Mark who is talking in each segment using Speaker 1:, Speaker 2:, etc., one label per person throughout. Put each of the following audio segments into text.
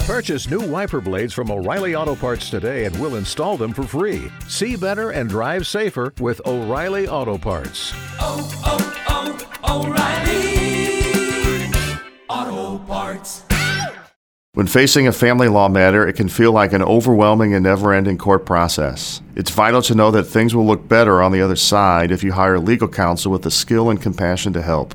Speaker 1: Purchase new wiper blades from O'Reilly Auto Parts today and we'll install them for free. See better and drive safer with O'Reilly Auto Parts.
Speaker 2: oh, oh, O'Reilly Auto Parts.
Speaker 3: When facing a family law matter, it can feel like an overwhelming and never ending court process. It's vital to know that things will look better on the other side if you hire legal counsel with the skill and compassion to help.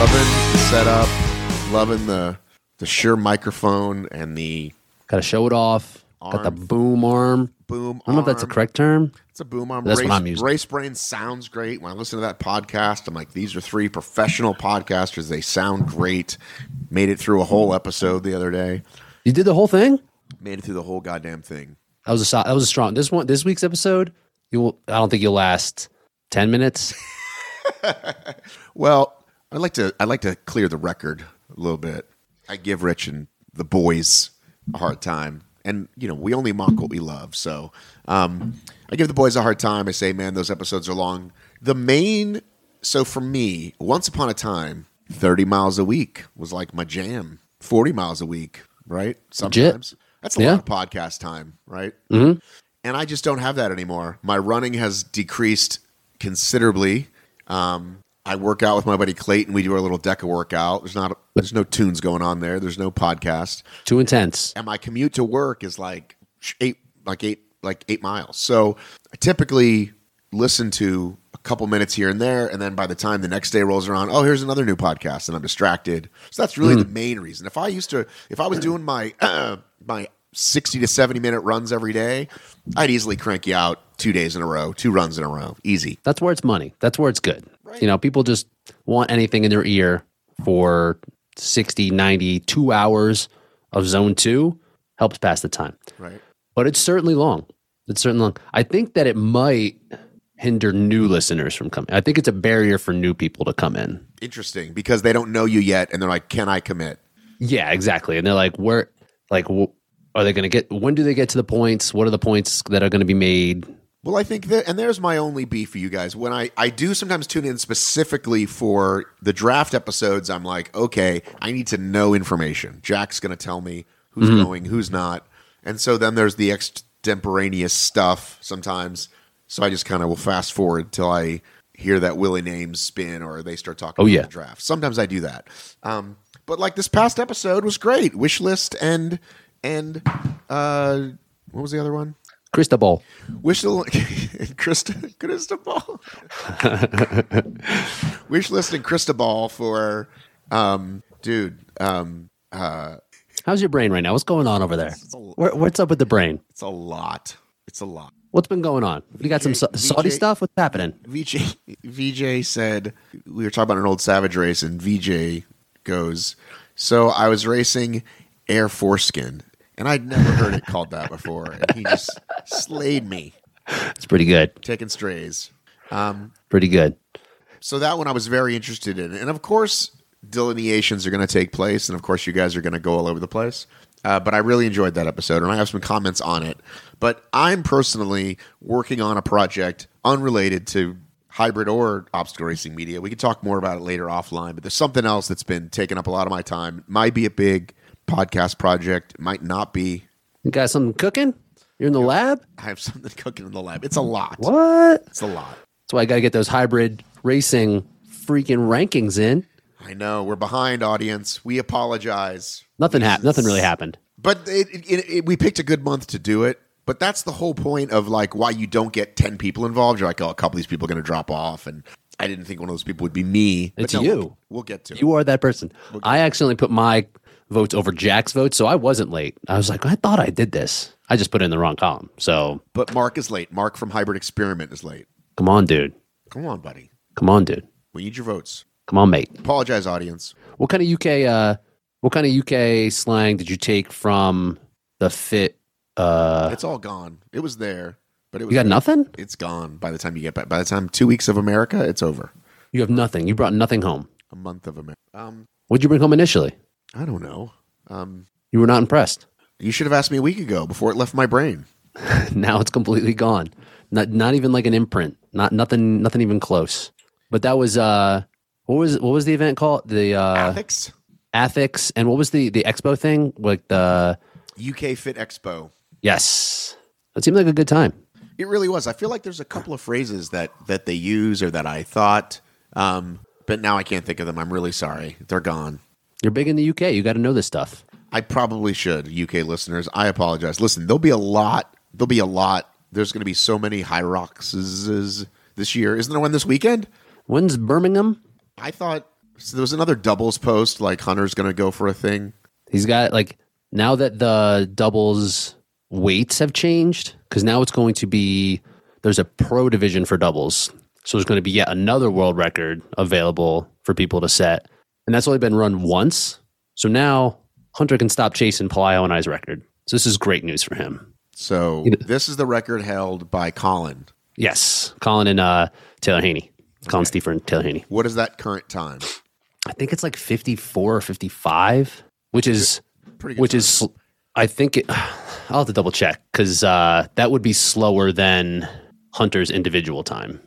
Speaker 4: Loving the setup, loving the the sure microphone and the
Speaker 5: Got to show it off. Got the
Speaker 4: Arm.
Speaker 5: boom arm.
Speaker 4: boom.
Speaker 5: I don't know if that's the
Speaker 4: arm.
Speaker 5: correct term.
Speaker 4: It's a boom arm.
Speaker 5: That's
Speaker 4: Race,
Speaker 5: what I'm using.
Speaker 4: Race Brain sounds great. When I listen to that podcast, I'm like, these are three professional podcasters. They sound great. Made it through a whole episode the other day.
Speaker 5: You did the whole thing.
Speaker 4: Made it through the whole goddamn thing.
Speaker 5: That was a so- that was a strong. This one, this week's episode, you will. I don't think you'll last ten minutes.
Speaker 4: Well, I'd like to I'd like to clear the record a little bit. I give Rich and the boys a hard time. And you know, we only mock what we love. So um, I give the boys a hard time. I say, man, those episodes are long. The main so for me, once upon a time, thirty miles a week was like my jam. Forty miles a week, right? Sometimes. That's a
Speaker 5: Yeah.
Speaker 4: lot of podcast time, right? Mm-hmm. And I just don't have that anymore. My running has decreased considerably. Um, I work out with my buddy Clayton. We do our little DECA workout. There's not, there's no tunes going on there. There's no podcast,
Speaker 5: Too intense.
Speaker 4: and my commute to work is like sh- eight, like eight, like eight miles. So I typically listen to a couple minutes here and there, and then by the time the next day rolls around, oh, here's another new podcast, and I'm distracted. So that's really the main reason. If I used to, if I was doing my my sixty to seventy minute runs every day, I'd easily crank you out two days in a row, two runs in a row, easy.
Speaker 5: That's where it's money. That's where it's good. You know, people just want anything in their ear for 60, 90, two hours of zone two helps pass the time.
Speaker 4: Right.
Speaker 5: But it's certainly long. It's certainly long. I think that it might hinder new listeners from coming. I think it's a barrier for new people to come in.
Speaker 4: Interesting because they don't know you yet, and they're like, "Can I commit?"
Speaker 5: Yeah, exactly. And they're like, where, like, wh- are they going to get, when do they get to the points? What are the points that are going to be made?
Speaker 4: Well, I think that, and there's my only beef for you guys. When I, I do sometimes tune in specifically for the draft episodes, I'm like, okay, I need to know information. Jack's going to tell me who's
Speaker 5: Mm-hmm.
Speaker 4: going, who's not. And so then there's the extemporaneous stuff sometimes. So I just kind of will fast forward till I hear that Willie name spin or they start talking
Speaker 5: Oh,
Speaker 4: about
Speaker 5: yeah.
Speaker 4: the draft. Sometimes I do that. Um, but like this past episode was great. Wish list and, and, uh, what was the other one?
Speaker 5: Cristobal.
Speaker 4: Wish and Christa, Cristobal. Wish list and Cristobal for um dude. Um
Speaker 5: How's your brain right now? What's going on over there? Where, what's up with the brain?
Speaker 4: it's a lot. It's a lot.
Speaker 5: What's been going on? You got some Sa-
Speaker 4: VJ
Speaker 5: Saudi stuff? What's happening?
Speaker 4: VJ VJ said we were talking about an old Savage race and VJ goes, So I was racing Air Foreskin and I'd never heard it called that before. And he just slayed me,
Speaker 5: It's pretty good.
Speaker 4: taking strays.
Speaker 5: Pretty good.
Speaker 4: So that one I was very interested in. And of course, delineations are going to take place. And of course, you guys are going to go all over the place. Uh, but I really enjoyed that episode and I have some comments on it. But I'm personally working on a project unrelated to hybrid or obstacle racing media. We can talk more about it later offline, but there's something else that's been taking up a lot of my time. It might be a big podcast project, it might not be.
Speaker 5: You got something cooking? You're in the lab?
Speaker 4: I have something cooking in the lab. It's a lot.
Speaker 5: What?
Speaker 4: It's a lot.
Speaker 5: That's why I got to get those hybrid racing freaking rankings in.
Speaker 4: I know we're behind audience. We apologize.
Speaker 5: Nothing happened. Nothing really happened.
Speaker 4: But it, it, it, it, we picked a good month to do it. But that's the whole point of like why you don't get ten people involved. You're like, oh, a couple of these people are going to drop off, and I didn't think one of those people would be me. But
Speaker 5: It's
Speaker 4: no,
Speaker 5: you.
Speaker 4: We'll, we'll get to it.
Speaker 5: You are that person. I accidentally put my votes over Jack's votes, so I wasn't late. I was like, I thought I did this. I just put it in the wrong column. So
Speaker 4: But Mark is late. Mark from Hybrid Experiment is late.
Speaker 5: come on, dude.
Speaker 4: Come on, buddy.
Speaker 5: Come on, dude.
Speaker 4: We need your votes.
Speaker 5: Come on, mate.
Speaker 4: Apologize, audience.
Speaker 5: What kind of UK uh what kind of UK slang did you take from the fit uh
Speaker 4: It's all gone. It was there, but it was
Speaker 5: you got
Speaker 4: there.
Speaker 5: nothing?
Speaker 4: It's gone by the time you get back. By the time two weeks of America, it's over.
Speaker 5: You have nothing. You brought nothing home.
Speaker 4: A month of America. Um,
Speaker 5: What'd you bring home initially?
Speaker 4: I don't know. Um,
Speaker 5: You were not impressed.
Speaker 4: you should have asked me a week ago before it left my brain.
Speaker 5: now it's completely gone. Not not even like an imprint. Not nothing nothing even close. But that was uh what was what was the event called? The uh
Speaker 4: Ethics.
Speaker 5: Athics and what was the the expo thing? Like the
Speaker 4: UK Fit Expo.
Speaker 5: Yes. That seemed like a good time.
Speaker 4: It really was. I feel like there's a couple of phrases that that they use or that I thought, um, but now I can't think of them. I'm really sorry. They're gone.
Speaker 5: You're big in the UK. You got to know this stuff.
Speaker 4: I probably should, UK listeners. I apologize. Listen, there'll be a lot. There'll be a lot. There's going to be so many high rocks this year. Isn't there one this weekend?
Speaker 5: When's Birmingham?
Speaker 4: I thought so there was another doubles post like Hunter's going to go for a thing.
Speaker 5: He's got like now that the doubles weights have changed because now it's going to be there's a pro division for doubles, so there's going to be yet another world record available for people to set, and that's only been run once. So now Hunter can stop chasing Palio and I's record. So this is great news for him.
Speaker 4: So this is the record held by Colin.
Speaker 5: Yes, Colin and uh, Taylor Haney, Colin Stephen and Taylor Haney.
Speaker 4: What is that current time?
Speaker 5: I think it's like 54 or 55, which is
Speaker 4: Pretty
Speaker 5: which is sl- I think it, I'll have to double check because uh, that would be slower than Hunter's individual time,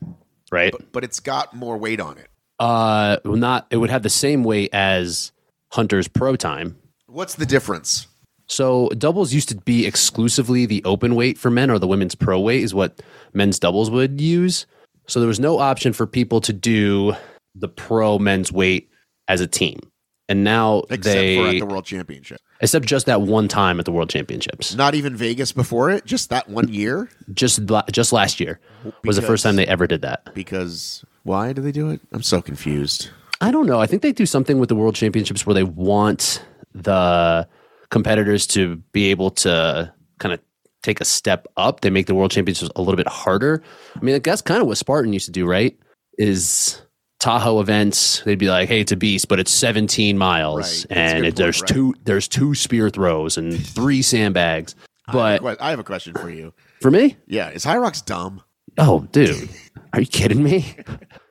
Speaker 5: right?
Speaker 4: but it's got more weight on it.
Speaker 5: uh, well, not it would have the same weight as Hunter's pro time.
Speaker 4: What's the difference?
Speaker 5: So doubles used to be exclusively the open weight for men, or the women's pro weight is what men's doubles would use. So there was no option for people to do the pro men's weight as a team, and now
Speaker 4: Except
Speaker 5: they
Speaker 4: for at the World Championship.
Speaker 5: except just that one time at the World Championships.
Speaker 4: Not even Vegas before it, just that one year.
Speaker 5: Just la- just last year was the
Speaker 4: Because-
Speaker 5: first time they ever did that.
Speaker 4: Because why do they do it? I'm so confused.
Speaker 5: I don't know. I think they do something with the World Championships where they want the competitors to be able to kind of take a step up. They make the World Championships a little bit harder. I mean, like, that's kind of what Spartan used to do, right? Is Tahoe events? They'd be like, "Hey, it's a beast, but it's 17 miles,
Speaker 4: Right. That's a
Speaker 5: and
Speaker 4: good
Speaker 5: it, there's
Speaker 4: point, right.
Speaker 5: two there's two spear throws and three sandbags." But
Speaker 4: Que- I have a question for you.
Speaker 5: for me,
Speaker 4: Yeah, is Hyrox dumb?
Speaker 5: Oh, dude, are you kidding me?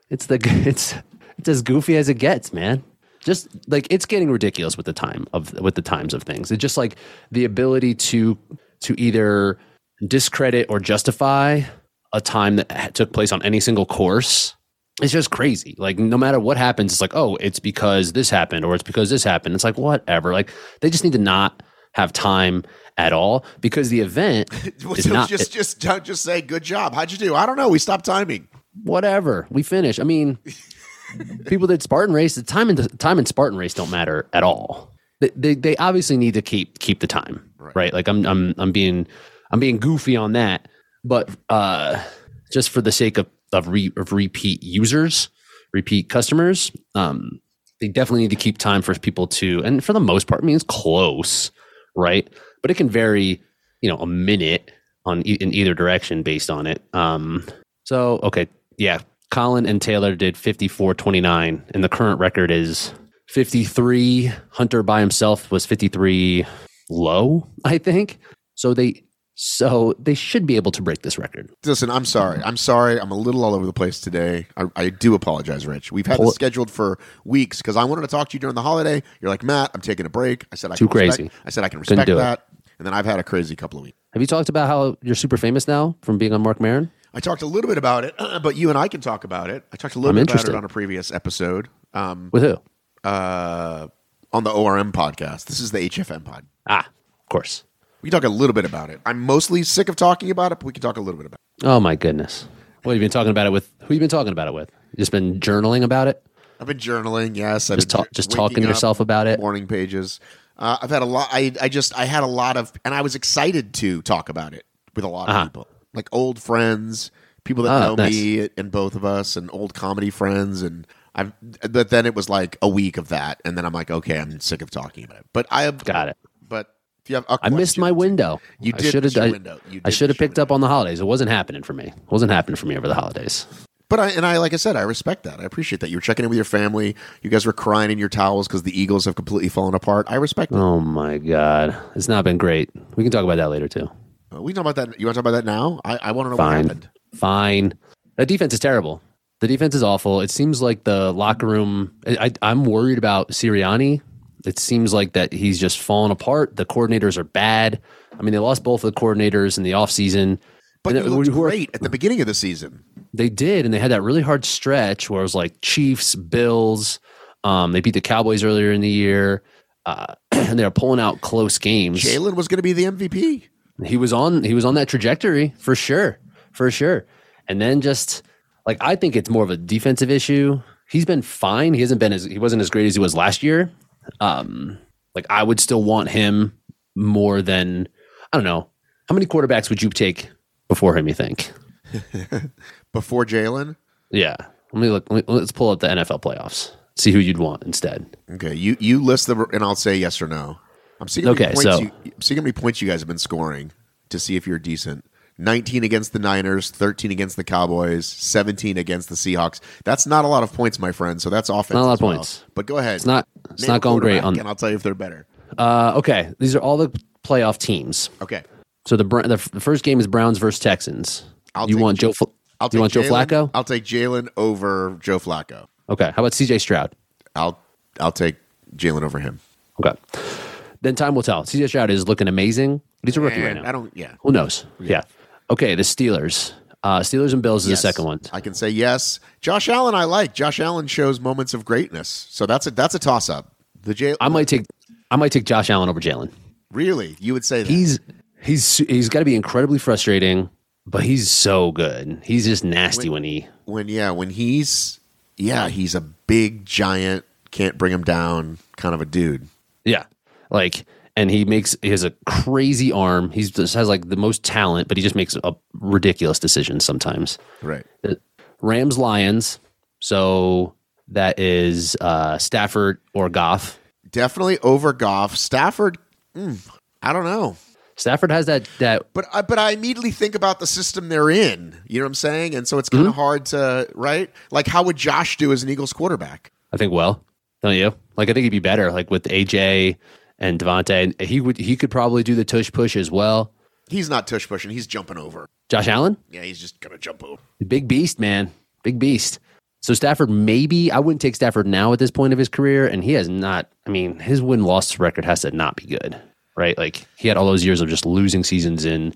Speaker 5: It's the it's it's as goofy as it gets, man. Just like it's getting ridiculous with the time of with the times of things. It's just like the ability to to either discredit or justify a time that ha- took place on any single course. It's just crazy. Like no matter what happens, it's like oh, it's because this happened or it's because this happened. It's like whatever. Like they just need to not have time at all because the event is
Speaker 4: So
Speaker 5: not
Speaker 4: just just don't just say good job. How'd you do? I don't know. We stopped timing.
Speaker 5: whatever. We finish. I mean, people did Spartan race. The time and the time and Spartan race don't matter at all. They, they they obviously need to keep keep the time right. Like I'm I'm I'm being I'm being goofy on that, but uh, just for the sake of of, re, of repeat users, repeat customers, um, they definitely need to keep time for people to. And for the most part, I mean, it's close, right? But it can vary, you know, a minute on e- in either direction based on it. Um, so okay, yeah. Colin and Taylor did 54.29 and the current record is 53. Hunter by himself was 53 low, I think. So they so they should be able to break this record.
Speaker 4: Listen, I'm sorry. I'm sorry. I'm a little all over the place today. I, I do apologize, Rich. We've had this scheduled for weeks because I wanted to talk to you during the holiday. You're like, Matt, I'm taking a break. I said I
Speaker 5: Too
Speaker 4: can respect-
Speaker 5: crazy.
Speaker 4: I said I can respect
Speaker 5: do it.
Speaker 4: that. And then I've had a crazy couple of weeks.
Speaker 5: Have you talked about how you're super famous now from being on Mark Maron?
Speaker 4: I talked a little bit about it, but you and I can talk about it. I talked a little
Speaker 5: I'm
Speaker 4: bit
Speaker 5: interested.
Speaker 4: about it on a previous episode um,
Speaker 5: With who?
Speaker 4: uh, on the ORM podcast. This is the HFM pod.
Speaker 5: Ah, of course.
Speaker 4: We can talk a little bit about it. I'm mostly sick of talking about it, but we can talk a little bit about it.
Speaker 5: Oh my goodness. What have you been talking about it with? Who you been talking about it with? You just been journaling about it?
Speaker 4: I've been journaling. Yes, I've
Speaker 5: Just
Speaker 4: been
Speaker 5: talk-
Speaker 4: jour-
Speaker 5: just
Speaker 4: waking
Speaker 5: talking to
Speaker 4: up,
Speaker 5: yourself about it?
Speaker 4: Morning pages. Uh, I've had a lot. I I just I had a lot of, and I was excited to talk about it with a lot of people, like old friends, people that
Speaker 5: Uh-huh. Ah,
Speaker 4: know me and both of us, and old comedy friends, and I've. But then it was like a week of that, and then I'm like, okay, I'm sick of talking about it. But I have
Speaker 5: Got it.
Speaker 4: But if you have, a
Speaker 5: I missed my
Speaker 4: question-
Speaker 5: window.
Speaker 4: You
Speaker 5: I
Speaker 4: did
Speaker 5: shoulda-
Speaker 4: miss your
Speaker 5: I-
Speaker 4: window. You
Speaker 5: I
Speaker 4: did
Speaker 5: should have
Speaker 4: miss your
Speaker 5: picked up on the holidays. It wasn't happening for me. It wasn't happening for me over the holidays.
Speaker 4: But I and I like I said, I respect that. I appreciate that. You were checking in with your family. You guys were crying in your towels because the Eagles have completely fallen apart. I respect that.
Speaker 5: Oh my God. It's not been great. We can talk about that later too.
Speaker 4: We can talk about that. You want to talk about that now? I, I want to know what
Speaker 5: Fine.
Speaker 4: happened.
Speaker 5: Fine. That defense is terrible. The defense is awful. It seems like the locker room. I, I, I'm worried about Sirianni. It seems like that he's just fallen apart. The coordinators are bad. I mean, they lost both of the coordinators in the offseason.
Speaker 4: But
Speaker 5: And
Speaker 4: you
Speaker 5: it-
Speaker 4: looked
Speaker 5: who are-
Speaker 4: great at the beginning of the season.
Speaker 5: They did, and they had that really hard stretch where it was like Chiefs, Bills. Um, they beat the Cowboys earlier in the year, uh, and they were pulling out close games.
Speaker 4: Jalen was going to be the MVP.
Speaker 5: he was on he was on that trajectory for sure for sure and then just like i think it's more of a defensive issue he's been fine he hasn't been as he wasn't as great as he was last year um like i would still want him more than i don't know how many quarterbacks would you take before him you think
Speaker 4: Before Jalen,
Speaker 5: yeah let me look let me, let's pull up the nfl playoffs see who you'd want instead
Speaker 4: Okay, you you list the and I'll say yes or no. I'm seeing how many
Speaker 5: Okay,
Speaker 4: points
Speaker 5: so-
Speaker 4: you, I'm seeing how many points you guys have been scoring to see if you're decent. 19 against the Niners, 13 against the Cowboys, 17 against the Seahawks. That's not a lot of points, my friend. So that's offense.
Speaker 5: Not a lot
Speaker 4: as
Speaker 5: of
Speaker 4: well.
Speaker 5: points.
Speaker 4: But go ahead.
Speaker 5: it's not it's
Speaker 4: Name a
Speaker 5: not going great
Speaker 4: quarterback,
Speaker 5: on
Speaker 4: and I'll tell you if they're better.
Speaker 5: uh okay these are all the playoff teams
Speaker 4: Okay,
Speaker 5: So the Bra- the, f- the first game is Browns versus Texans.
Speaker 4: I'll
Speaker 5: you
Speaker 4: take
Speaker 5: want
Speaker 4: Joe-
Speaker 5: Joe? Fl-
Speaker 4: I'll take
Speaker 5: you want
Speaker 4: Jalen,
Speaker 5: Joe Flacco?
Speaker 4: I'll take Jalen over Joe Flacco.
Speaker 5: okay. How about C.J. Stroud?
Speaker 4: I'll I'll take Jalen over him.
Speaker 5: Okay. Then time will tell. C.J. Stroud is looking amazing. He's a rookie
Speaker 4: And
Speaker 5: right now.
Speaker 4: I don't. Yeah.
Speaker 5: Who knows? Yeah. Okay. The Steelers. Uh, Steelers and Bills is
Speaker 4: Yes.
Speaker 5: the second one.
Speaker 4: I can say yes. Josh Allen, I like. Josh Allen shows moments of greatness, so that's a that's a toss up. The J-
Speaker 5: I might take I might take Josh Allen over Jalen.
Speaker 4: really, you would say that
Speaker 5: He's he's su- he's got to be incredibly frustrating, but he's so good. He's just nasty when he
Speaker 4: when yeah when he's yeah he's a big giant can't bring him down kind of a dude.
Speaker 5: Yeah. Like, and he makes, he has a crazy arm. He's just has like the most talent, but he just makes a ridiculous decisions sometimes.
Speaker 4: Right.
Speaker 5: Rams, Lions. So that is uh, Stafford or Goff.
Speaker 4: Definitely over Goff. Stafford, mm, I don't know.
Speaker 5: Stafford has that, that,
Speaker 4: But I, but I immediately think about the system they're in. You know what I'm saying? And so it's kind of hard to right. Like how would Josh do as an Eagles quarterback?
Speaker 5: I think, well, don't you? Like, I think he'd be better, like with AJ and Devontae. And he would, he could probably do the tush push as well.
Speaker 4: He's not tush pushing. He's jumping over.
Speaker 5: Josh Allen,
Speaker 4: Yeah, he's just gonna jump over.
Speaker 5: big beast, man. Big beast. So Stafford, maybe I wouldn't take Stafford now at this point of his career, and he has not. I mean, his win loss record has to not be good, right? Like he had all those years of just losing seasons in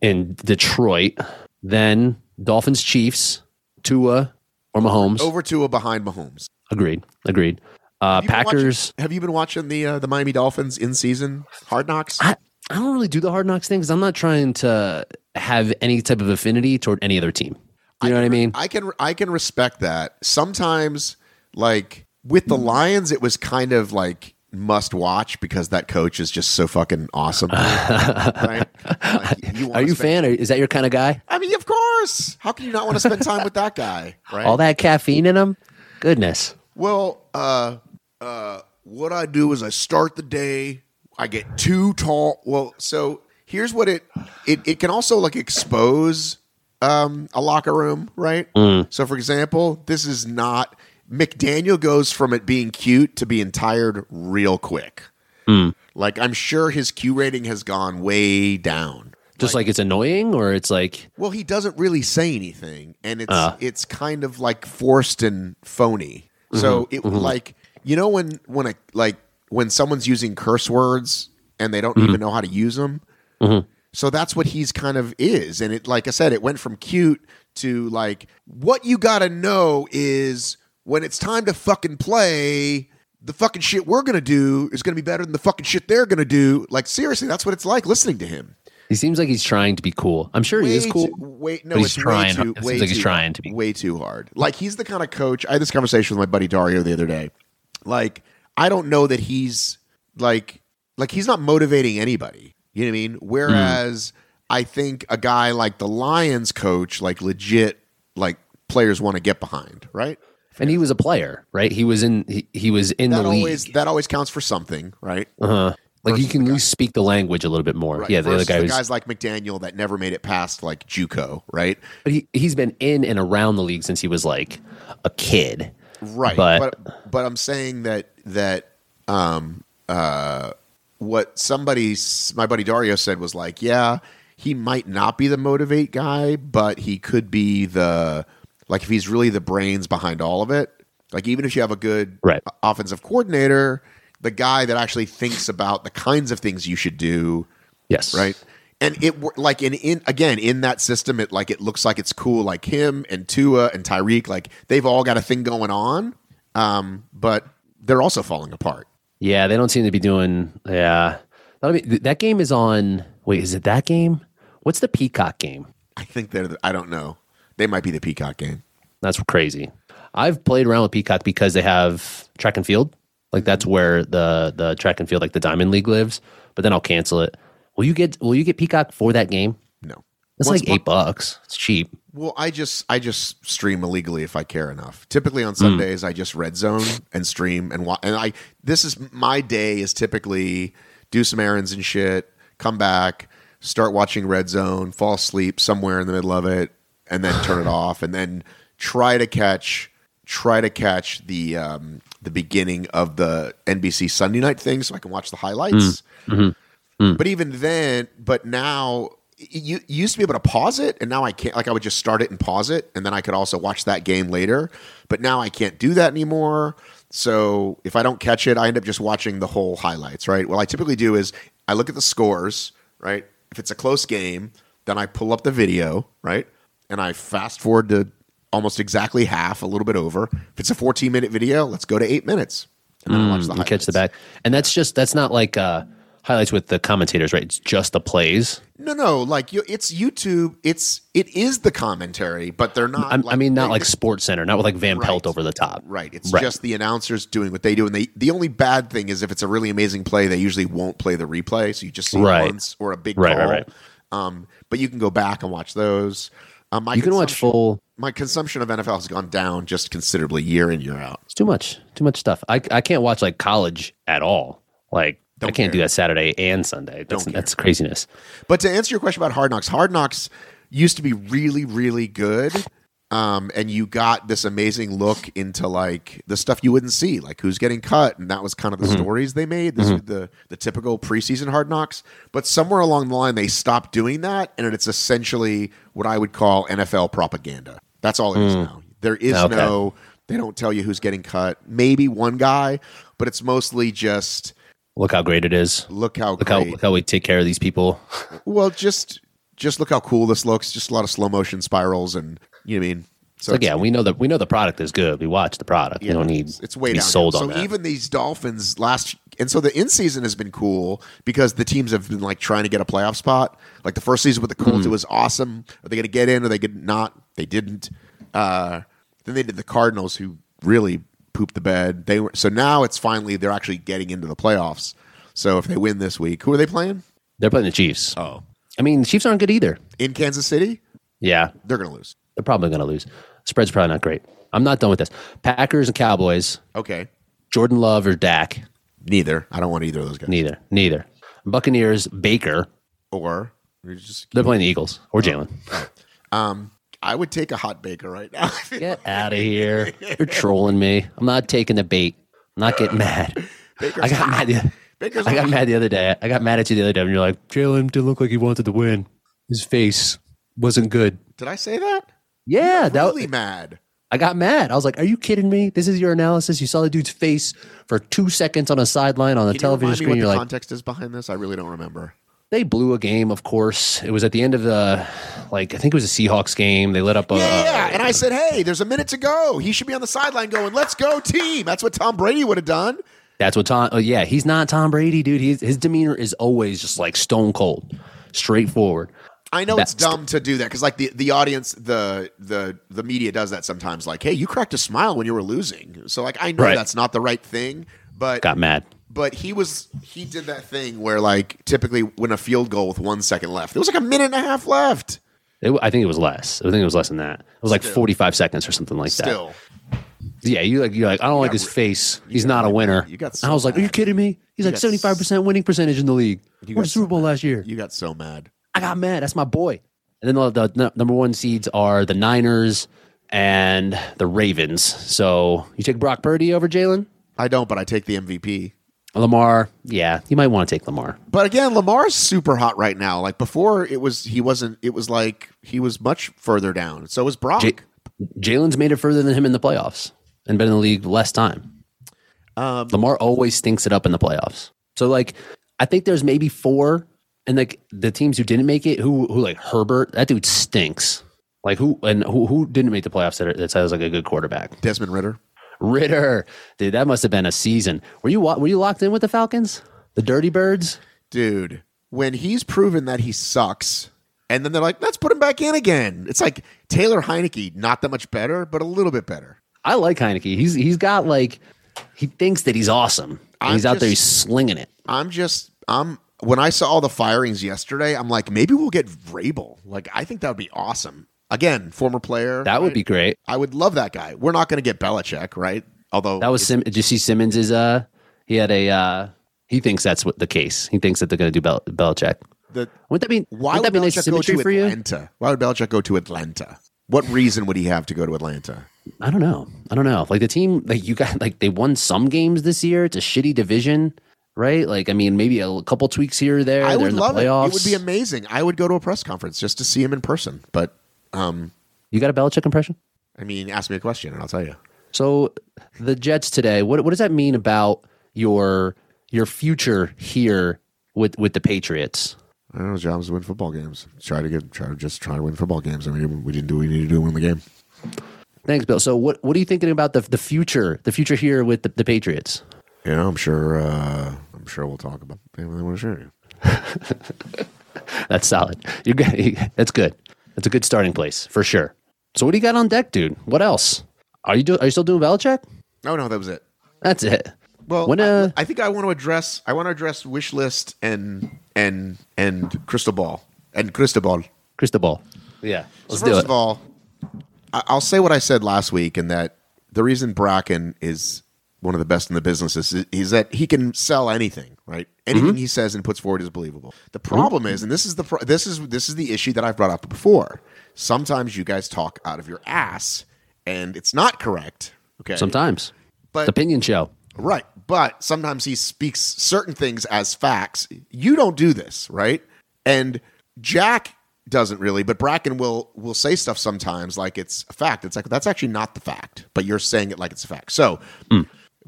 Speaker 5: in Detroit, then Dolphins, Chiefs, Tua or Mahomes.
Speaker 4: Over Tua behind Mahomes.
Speaker 5: Agreed, agreed. Uh,
Speaker 4: Have you been watching-
Speaker 5: Packers.
Speaker 4: have you been watching the uh, the Miami Dolphins in season Hard Knocks?
Speaker 5: I, I don't really do the hard knocks thing because I'm not trying to have any type of affinity toward any other team. You know what I mean?
Speaker 4: I can I can respect that. Sometimes, like with the Lions, it was kind of like must watch because that coach is just so fucking awesome. right? Like, wanna
Speaker 5: Are you a
Speaker 4: spend-
Speaker 5: fan? Or is that your kind of guy?
Speaker 4: I mean, of course. How can you not want to spend time with that guy? Right.
Speaker 5: All that caffeine in him? Goodness.
Speaker 4: Well, uh, uh, what I do is I start the day. I get too tall. Well, so here's what it it, it can also like expose um, a locker room, right? So, for example, this is not McDaniel goes from it being cute to being tired real quick. Like I'm sure his Q rating has gone way down.
Speaker 5: Just like, it's annoying or it's like
Speaker 4: Well, he doesn't really say anything, and it's it's kind of like forced and phony. So it like you know when when a like when someone's using curse words and they don't even know how to use them. So that's what he's kind of is, and it like I said, it went from cute to like what you got to know is when it's time to fucking play. The fucking shit we're gonna do is gonna be better than the fucking shit they're gonna do. Like seriously, that's what it's like listening to him
Speaker 5: he seems like he's trying to be cool. I'm sure he is
Speaker 4: way
Speaker 5: cool.
Speaker 4: too- way, no,
Speaker 5: but he's
Speaker 4: it's
Speaker 5: trying.
Speaker 4: Way too,
Speaker 5: It seems
Speaker 4: way
Speaker 5: like he's
Speaker 4: too-
Speaker 5: trying to be-
Speaker 4: way too hard. Like he's the kind of coach. I had this conversation with my buddy Dario the other day. Like I don't know that he's like like he's not motivating anybody. You know what I mean? Whereas I think a guy like the Lions coach, like legit, like players want to get behind, right?
Speaker 5: and he was a player, right? He was in he, he was in
Speaker 4: That
Speaker 5: the league.
Speaker 4: always that always counts for something, right?
Speaker 5: Uh-huh. Like you
Speaker 4: Versus
Speaker 5: can
Speaker 4: the
Speaker 5: at
Speaker 4: guy-
Speaker 5: least speak the language a little bit more.
Speaker 4: Right,
Speaker 5: Yeah, the other
Speaker 4: versus
Speaker 5: guy was,
Speaker 4: guys like McDaniel that never made it past like JUCO, right?
Speaker 5: but he he's been in and around the league since he was like a kid.
Speaker 4: Right.
Speaker 5: But-
Speaker 4: but but I'm saying that that um uh what somebody s- my buddy Dario said was like, yeah, he might not be the motivate guy, but he could be the like if he's really the brains behind all of it. Like even if you have a good
Speaker 5: Right.
Speaker 4: offensive coordinator, the guy that actually thinks about the kinds of things you should do
Speaker 5: Yes.
Speaker 4: right and it wor- like in, in again in that system it like it looks like it's cool like him and Tua and Tyreek like they've all got a thing going on um but they're also falling apart
Speaker 5: Yeah, they don't seem to be doing. Yeah, That'll be- th- that game is on. Wait, is it that game? What's the Peacock game?
Speaker 4: I think they're the, I don't know they might be the peacock game
Speaker 5: That's crazy. I've played around with Peacock because they have track and field. Like
Speaker 4: Mm-hmm.
Speaker 5: that's where the the track and field, like the Diamond League, lives. But then I'll cancel it. Will you get Will you get Peacock for that game?
Speaker 4: no
Speaker 5: It's
Speaker 4: Once
Speaker 5: like eight bucks. It's cheap.
Speaker 4: well I just I just stream illegally if I care enough typically on Sundays I just red zone and stream and wa- and I this is my day is typically do some errands and shit come back start watching red zone fall asleep somewhere in the middle of it and then turn it off and then try to catch try to catch the um, the beginning of the NBC Sunday night thing so I can watch the highlights
Speaker 5: Mm.
Speaker 4: but even then, but now you, you used to be able to pause it, and now I can't. Like I would just start it and pause it, and then I could also watch that game later. But now I can't do that anymore. So if I don't catch it, I end up just watching the whole highlights. Right. What I typically do is I look at the scores. Right. If it's a close game, then I pull up the video. Right. And I fast forward to almost exactly half, a little bit over. If it's a 14 minute video, let's go to eight minutes. And then I watch the
Speaker 5: and
Speaker 4: highlights.
Speaker 5: Mm, catch the back. And that's just that's not like uh, highlights with the commentators, right? It's just the plays.
Speaker 4: No, no, like you, it's YouTube. It's it is the commentary, but they're not.
Speaker 5: I'm,
Speaker 4: like,
Speaker 5: I mean, not
Speaker 4: they-
Speaker 5: like Sports Center, not with like Van
Speaker 4: Right.
Speaker 5: Pelt over the top.
Speaker 4: right. It's just the announcers doing what they do, and they the only bad thing is if it's a really amazing play, they usually won't play the replay, so you just see
Speaker 5: Right.
Speaker 4: it once or a big
Speaker 5: Right,
Speaker 4: call.
Speaker 5: right, right.
Speaker 4: Um, but you can go back and watch those. Um, my
Speaker 5: you can watch
Speaker 4: consumption-
Speaker 5: full.
Speaker 4: My consumption of NFL has gone down just considerably year in year out.
Speaker 5: It's too much, too much stuff. I I can't watch like college at all. Like I
Speaker 4: Don't
Speaker 5: can't do
Speaker 4: care.
Speaker 5: that Saturday and Sunday. That's
Speaker 4: Don't care.
Speaker 5: that's craziness.
Speaker 4: But to answer your question about Hard Knocks, Hard Knocks used to be really, really good. Um, and you got this amazing look into like the stuff you wouldn't see, like who's getting cut, and that was kind of
Speaker 5: Mm-hmm.
Speaker 4: the stories they made. This was the the typical preseason hard knocks. But somewhere along the line, they stopped doing that, and it's essentially what I would call NFL propaganda. That's all it is now. There is
Speaker 5: Mm. Okay.
Speaker 4: no, they don't tell you who's getting cut. Maybe one guy, but it's mostly just
Speaker 5: Look how great it is.
Speaker 4: look how
Speaker 5: Look how
Speaker 4: great
Speaker 5: look how we take care of these people.
Speaker 4: well, just just look how cool this looks. Just a lot of slow motion spirals, and you know what I mean. So
Speaker 5: like yeah, we know that we know the product is good. We watch the product. we don't need
Speaker 4: it's, it's way
Speaker 5: to be
Speaker 4: down.
Speaker 5: sold
Speaker 4: so
Speaker 5: on that.
Speaker 4: even these Dolphins last, and so the in season has been cool because the teams have been like trying to get a playoff spot. Like the first season with the Colts,
Speaker 5: Hmm.
Speaker 4: it was awesome. Are they going to get in? Are they going not? They didn't. Uh, then they did the Cardinals, who really pooped the bed. They were so now it's finally they're actually getting into the playoffs. So if they win this week, who are they playing
Speaker 5: They're playing the Chiefs. Oh, I mean, the Chiefs aren't good either.
Speaker 4: in Kansas City?
Speaker 5: Yeah,
Speaker 4: They're going to lose.
Speaker 5: they're probably going to lose. Spread's probably not great. I'm not done with this. Packers and Cowboys.
Speaker 4: Okay.
Speaker 5: Jordan Love or Dak.
Speaker 4: Neither. I don't want either of those guys.
Speaker 5: Neither. Neither. Buccaneers. Baker.
Speaker 4: Or you're just
Speaker 5: They're playing the Eagles
Speaker 4: Oh.
Speaker 5: or Jalen.
Speaker 4: um I would take a hot baker right now.
Speaker 5: Get out of here. You're trolling me. I'm not taking the bait. I'm not getting mad.
Speaker 4: Baker's
Speaker 5: I got
Speaker 4: hot.
Speaker 5: mad. The,
Speaker 4: Baker's
Speaker 5: I got
Speaker 4: hot.
Speaker 5: mad the other day. I got mad at you the other day when you're like, Jalen didn't look like he wanted to win. His face wasn't good.
Speaker 4: Did I say that?
Speaker 5: Yeah, that
Speaker 4: Really mad.
Speaker 5: I got mad. I was like, "Are you kidding me? This is your analysis. You saw the dude's face for two seconds on a sideline on a
Speaker 4: Can
Speaker 5: television
Speaker 4: you remind me what
Speaker 5: screen. You're
Speaker 4: the
Speaker 5: like,
Speaker 4: context is behind this? I really don't remember.
Speaker 5: they blew a game. Of course, it was at the end of the, like, I think it was a Seahawks game. They let up a
Speaker 4: Yeah, yeah. And I said, hey, there's a minute to go. He should be on the sideline going, let's go, team. That's what Tom Brady would have done.
Speaker 5: That's what Tom. Oh yeah, he's not Tom Brady, dude. He's, his demeanor is always just like stone cold, straightforward.
Speaker 4: I know it's
Speaker 5: That's-
Speaker 4: dumb to do that because like the, the audience, the the the media does that sometimes, like, hey, you cracked a smile when you were losing. So like I know
Speaker 5: Right.
Speaker 4: that's not the right thing, but
Speaker 5: Got mad.
Speaker 4: but he was he did that thing where like typically when a field goal with one second left there was like a minute and a half left
Speaker 5: It, I think it was less. I think it was less than that. It was like forty five seconds or something like
Speaker 4: still
Speaker 5: that. Yeah, you like you're like I don't like
Speaker 4: got
Speaker 5: his
Speaker 4: re-
Speaker 5: face.
Speaker 4: you
Speaker 5: He's
Speaker 4: got
Speaker 5: not a
Speaker 4: really-
Speaker 5: winner.
Speaker 4: you got
Speaker 5: And
Speaker 4: so
Speaker 5: I was like, are you
Speaker 4: mad.
Speaker 5: kidding me?
Speaker 4: You
Speaker 5: He's like
Speaker 4: got
Speaker 5: seventy five percent winning percentage in the league.
Speaker 4: You got
Speaker 5: Won the Super
Speaker 4: so
Speaker 5: Bowl last year.
Speaker 4: You got so mad.
Speaker 5: I got mad. That's my boy. And then the, the n- number one seeds are the Niners and the Ravens. So you take Brock Purdy over Jalen
Speaker 4: I don't, but I take the MVP.
Speaker 5: Lamar. Yeah, you might want to take Lamar.
Speaker 4: But again, Lamar's super hot right now. Like before, it was he wasn't. It was like he was much further down. So was Brock.
Speaker 5: J- Jalen's made it further than him in the playoffs and been in the league less time.
Speaker 4: Um,
Speaker 5: Lamar always stinks it up in the playoffs. So like, I think there's maybe four, and like the teams who didn't make it, who who like Herbert, that dude stinks. Like who and who who didn't make the playoffs that, are- that sounds like a good quarterback.
Speaker 4: Desmond Ritter.
Speaker 5: Ritter, dude, that must have been a season. Were you wa- were you locked in with the Falcons, the Dirty Birds?
Speaker 4: dude, when he's proven that he sucks, and then they're like, let's put him back in again. It's like Taylor Heineke, not that much better, but a little bit better.
Speaker 5: I like Heineke. He's he's got like he thinks that he's awesome. And
Speaker 4: I'm
Speaker 5: he's out there, he's
Speaker 4: just-
Speaker 5: slinging it.
Speaker 4: I'm just, I'm. When I saw all the firings yesterday, I'm like, maybe we'll get Vrabel. Like, I think that would be awesome. Again, former player.
Speaker 5: That would
Speaker 4: I-
Speaker 5: be great.
Speaker 4: I would love that guy. We're not going to get Belichick, right? Although
Speaker 5: That was Sim. Did you see Simmons's? Uh, he had a. Uh, he thinks that's what the case. He thinks that they're going to do Bel- Belichick.
Speaker 4: the
Speaker 5: Wouldn't that be?
Speaker 4: why
Speaker 5: would
Speaker 4: would
Speaker 5: that be nice
Speaker 4: Belichick go
Speaker 5: symmetry
Speaker 4: to
Speaker 5: for you?
Speaker 4: Atlanta? Why would Belichick go to Atlanta? What reason would he have to go to Atlanta?
Speaker 5: I don't know. I don't know. Like the team, like you got, like they won some games this year. It's a shitty division, right? Like I mean, maybe a couple tweaks here or there.
Speaker 4: I
Speaker 5: They're
Speaker 4: would
Speaker 5: in the
Speaker 4: love it. It would
Speaker 5: playoffs.
Speaker 4: be amazing. I would go to a press conference just to see him in person. But um,
Speaker 5: you got a Belichick impression?
Speaker 4: I mean, ask me a question and I'll tell you.
Speaker 5: So the Jets today, what what does that mean about your your future here with with the Patriots?
Speaker 4: I don't know. Job is to win football games. Try to get, try to just try to win football games. I mean, we didn't do what we needed to do to win the game.
Speaker 5: Thanks, Bill. So what what are you thinking about the the future the future here with the, the Patriots?
Speaker 4: You know, I'm sure. Uh, I'm sure we'll talk about anything they want to share. You.
Speaker 5: That's solid. You got that's good. That's a good starting place for sure. So what do you got on deck, dude? What else? Are you do, are you still doing Belichick?
Speaker 4: Oh, No, no, that was it.
Speaker 5: That's it.
Speaker 4: Well,
Speaker 5: When,
Speaker 4: I-
Speaker 5: uh,
Speaker 4: I, think I want to address. I want to address wish list and and and crystal ball and crystal ball.
Speaker 5: Cristobal. Yeah. Let's
Speaker 4: First
Speaker 5: do
Speaker 4: of
Speaker 5: it.
Speaker 4: all, I- I'll say what I said last week, and that the reason Bracken is one of the best in the business is, is that he can sell anything, right? Anything
Speaker 5: Mm-hmm.
Speaker 4: he says and puts forward is believable. The problem is, and this is the pro- this is this is the issue that I've brought up before. Sometimes you guys talk out of your ass, and it's not correct. Okay,
Speaker 5: Sometimes.
Speaker 4: But-
Speaker 5: It's opinion show.
Speaker 4: Right. But sometimes he speaks certain things as facts. You don't do this, right? And Jack doesn't really, but Bracken will will say stuff sometimes like it's a fact. It's like that's actually not the fact, but you're saying it like it's a fact. So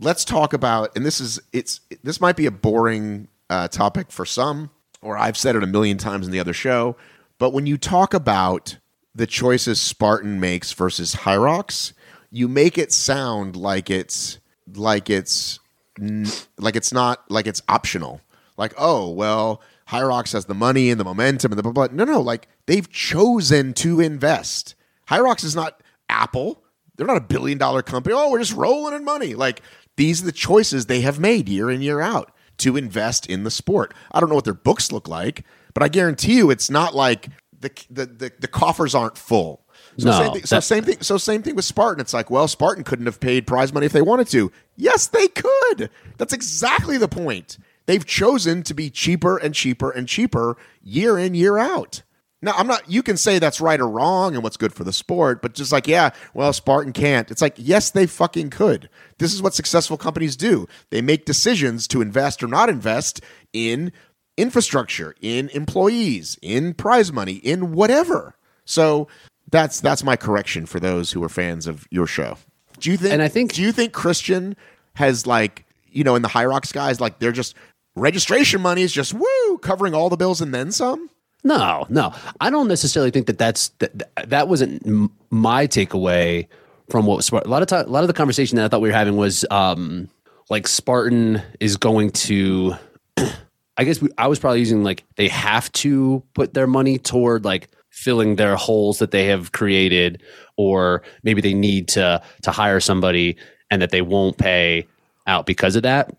Speaker 4: let's talk about and this is it's this might be a boring uh, topic for some, or I've said it a million times in the other show, but when you talk about the choices Spartan makes versus Hyrox, you make it sound like it's like it's n- like it's not like it's optional. Like, oh well, Hyrox has the money and the momentum and the blah blah. blah. No, no, like they've chosen to invest. Hyrox is not Apple. They're not a billion dollar company. Oh, we're just rolling in money. Like these are the choices they have made year in year out to invest in the sport. I don't know what their books look like, but I guarantee you, it's not like the the the, the coffers aren't full. So
Speaker 5: No,
Speaker 4: same thing, so
Speaker 5: that-
Speaker 4: same thing. So same thing with Spartan. It's like, well, Spartan couldn't have paid prize money if they wanted to. Yes, they could. That's exactly the point. They've chosen to be cheaper and cheaper and cheaper year in year out. Now, I'm not. You can say that's right or wrong and what's good for the sport, but just like, yeah, well, Spartan can't. It's like, yes, they fucking could. This is what successful companies do. They make decisions to invest or not invest in infrastructure, in employees, in prize money, in whatever. So that's that's my correction for those who are fans of your show. Do you think?
Speaker 5: And I think-
Speaker 4: do you think Christian has like you know in the Hyrox guys like they're just registration money is just woo covering all the bills and then some.
Speaker 5: No, no, I don't necessarily think that that's that. That wasn't m- my takeaway from what Spartan. A lot of time, a lot of the conversation that I thought we were having was um, like Spartan is going to. I guess we, I was probably using like they have to put their money toward like filling their holes that they have created, or maybe they need to to hire somebody and that they won't pay out because of that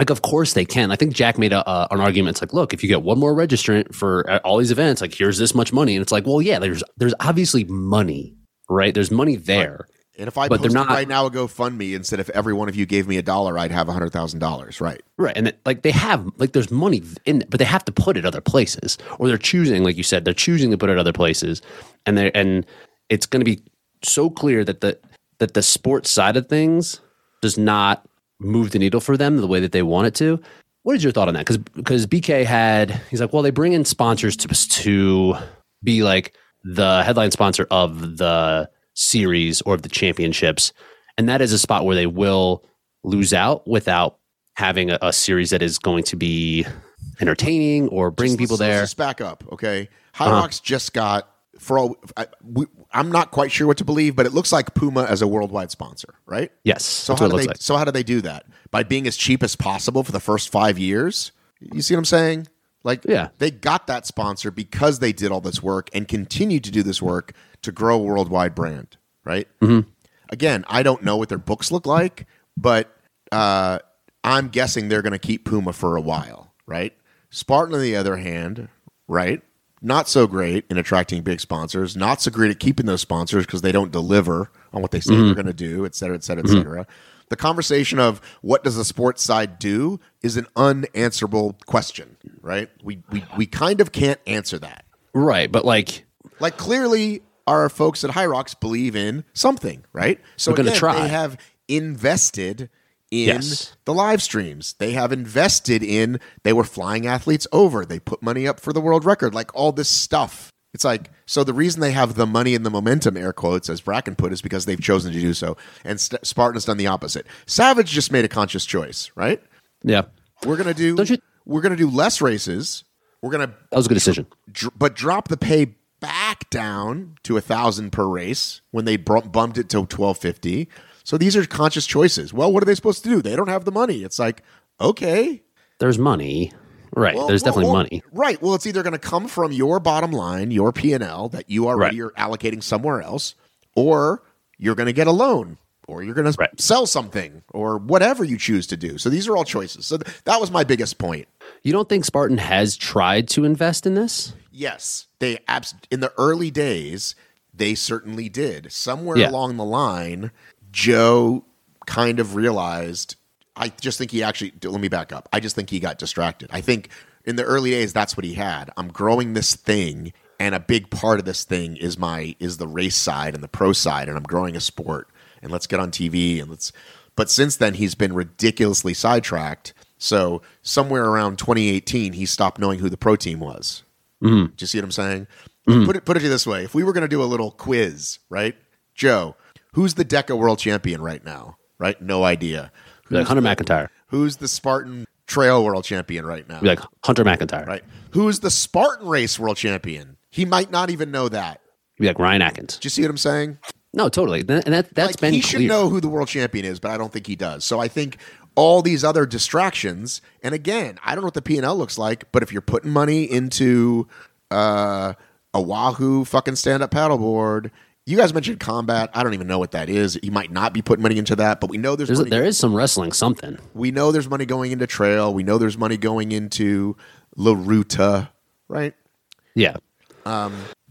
Speaker 5: like of course they can i think jack made a, uh, an argument it's like look if you get one more registrant for uh, all these events like here's this much money and it's like well yeah there's there's obviously money right there's money there
Speaker 4: And if I
Speaker 5: But they're
Speaker 4: posted
Speaker 5: not-
Speaker 4: right now a GoFundMe and said if every one of you gave me a dollar, I'd have hundred thousand dollars. Right.
Speaker 5: Right. And that, like they have, like there's money in it, but they have to put it other places or they're choosing, like you said, they're choosing to put it other places. And they and it's going to be so clear that the, that the sports side of things does not move the needle for them the way that they want it to. What is your thought on that? Cause, because BK had, he's like, well, they bring in sponsors to, to be like the headline sponsor of the series or of the championships. And that is a spot where they will lose out without having a, a series that is going to be entertaining or bring
Speaker 4: Just-
Speaker 5: people
Speaker 4: let's- let's
Speaker 5: there. Uh-huh.
Speaker 4: Just back up, okay? High Rocks just got for all. I, we, I'm not quite sure what to believe, but it looks like Puma as a worldwide sponsor, right?
Speaker 5: Yes.
Speaker 4: So
Speaker 5: that's
Speaker 4: how
Speaker 5: what it
Speaker 4: do
Speaker 5: looks
Speaker 4: they?
Speaker 5: like.
Speaker 4: So how do they do that? By being as cheap as possible for the first five years. You see what I'm saying? Like,
Speaker 5: Yeah.
Speaker 4: they got that sponsor because they did all this work and continue to do this work to grow a worldwide brand, right? Mm-hmm. Again, I don't know what their books look like, but uh, I'm guessing they're going to keep Puma for a while, right? Spartan, on the other hand, right? Not so great in attracting big sponsors, not so great at keeping those sponsors because they don't deliver on what they say they're going to do, et cetera, et cetera, et cetera. The conversation of what does the sports side do is an unanswerable question, right? We, we, we kind of can't answer that.
Speaker 5: Right. But like,
Speaker 4: Like clearly, our folks at High Rocks believe in something, right? So
Speaker 5: They're gonna
Speaker 4: again,
Speaker 5: try.
Speaker 4: they have invested in
Speaker 5: Yes.
Speaker 4: the live streams. They have invested in. They were flying athletes over. They put money up for the world record. Like all this stuff. It's like so the reason they have the money and the momentum, air quotes, as Bracken put, is because they've chosen to do so. And St- Spartan has done the opposite. Savage just made a conscious choice, right?
Speaker 5: yeah,
Speaker 4: We're gonna do.
Speaker 5: Don't you-
Speaker 4: we're gonna do less races. We're gonna
Speaker 5: that was a good decision.
Speaker 4: dr- but drop the pay back down to a thousand per race when they br- bumped it to twelve fifty. So these are conscious choices. Well, what are they supposed to do? They don't have the money. It's like okay,
Speaker 5: There's money. Right.
Speaker 4: well,
Speaker 5: There's
Speaker 4: well,
Speaker 5: definitely
Speaker 4: well,
Speaker 5: money.
Speaker 4: right? Well, it's either going to come from your bottom line, your P and L that you already are allocating somewhere else, or you're going to get a loan, or you're going
Speaker 5: Right.
Speaker 4: to sell something, or whatever you choose to do. So these are all choices. So th- that was my biggest point.
Speaker 5: You don't think Spartan has tried to invest in this?
Speaker 4: Yes, they abs- in the early days they certainly did. Somewhere
Speaker 5: Yeah.
Speaker 4: along the line, Joe kind of realized. I just think he actually. d- Let me back up. I just think he got distracted. I think in the early days that's what he had. I'm growing this thing, and a big part of this thing is my is the race side and the pro side, and I'm growing a sport. And let's get on TV and let's. But since then, he's been ridiculously sidetracked. So somewhere around 2018, he stopped knowing who the pro team was. Do you see what I'm saying? Put it put it this way: if we were going to do a little quiz, right, Joe, who's the Deca World Champion right now? Right, no idea.
Speaker 5: Be like
Speaker 4: Who's
Speaker 5: Hunter
Speaker 4: the-
Speaker 5: McIntyre.
Speaker 4: Who's the Spartan Trail World Champion right now?
Speaker 5: Be like Hunter McIntyre.
Speaker 4: right. Who's the Spartan Race World Champion? He might not even know that.
Speaker 5: Be like Ryan Atkins.
Speaker 4: Do you see what I'm saying?
Speaker 5: No, totally. Th- And that that's
Speaker 4: like,
Speaker 5: been
Speaker 4: he
Speaker 5: clear.
Speaker 4: should know who the world champion is, but I don't think he does. So I think all these other distractions, and again, I don't know what the P and L looks like, but if you're putting money into uh, a Wahoo fucking stand up paddleboard, you guys mentioned combat. I don't even know what that is. You might not be putting money into that, but we know there's,
Speaker 5: There's,
Speaker 4: money.
Speaker 5: there is some wrestling something.
Speaker 4: we know there's money going into trail. We know there's money going into La Ruta, right?
Speaker 5: Yeah.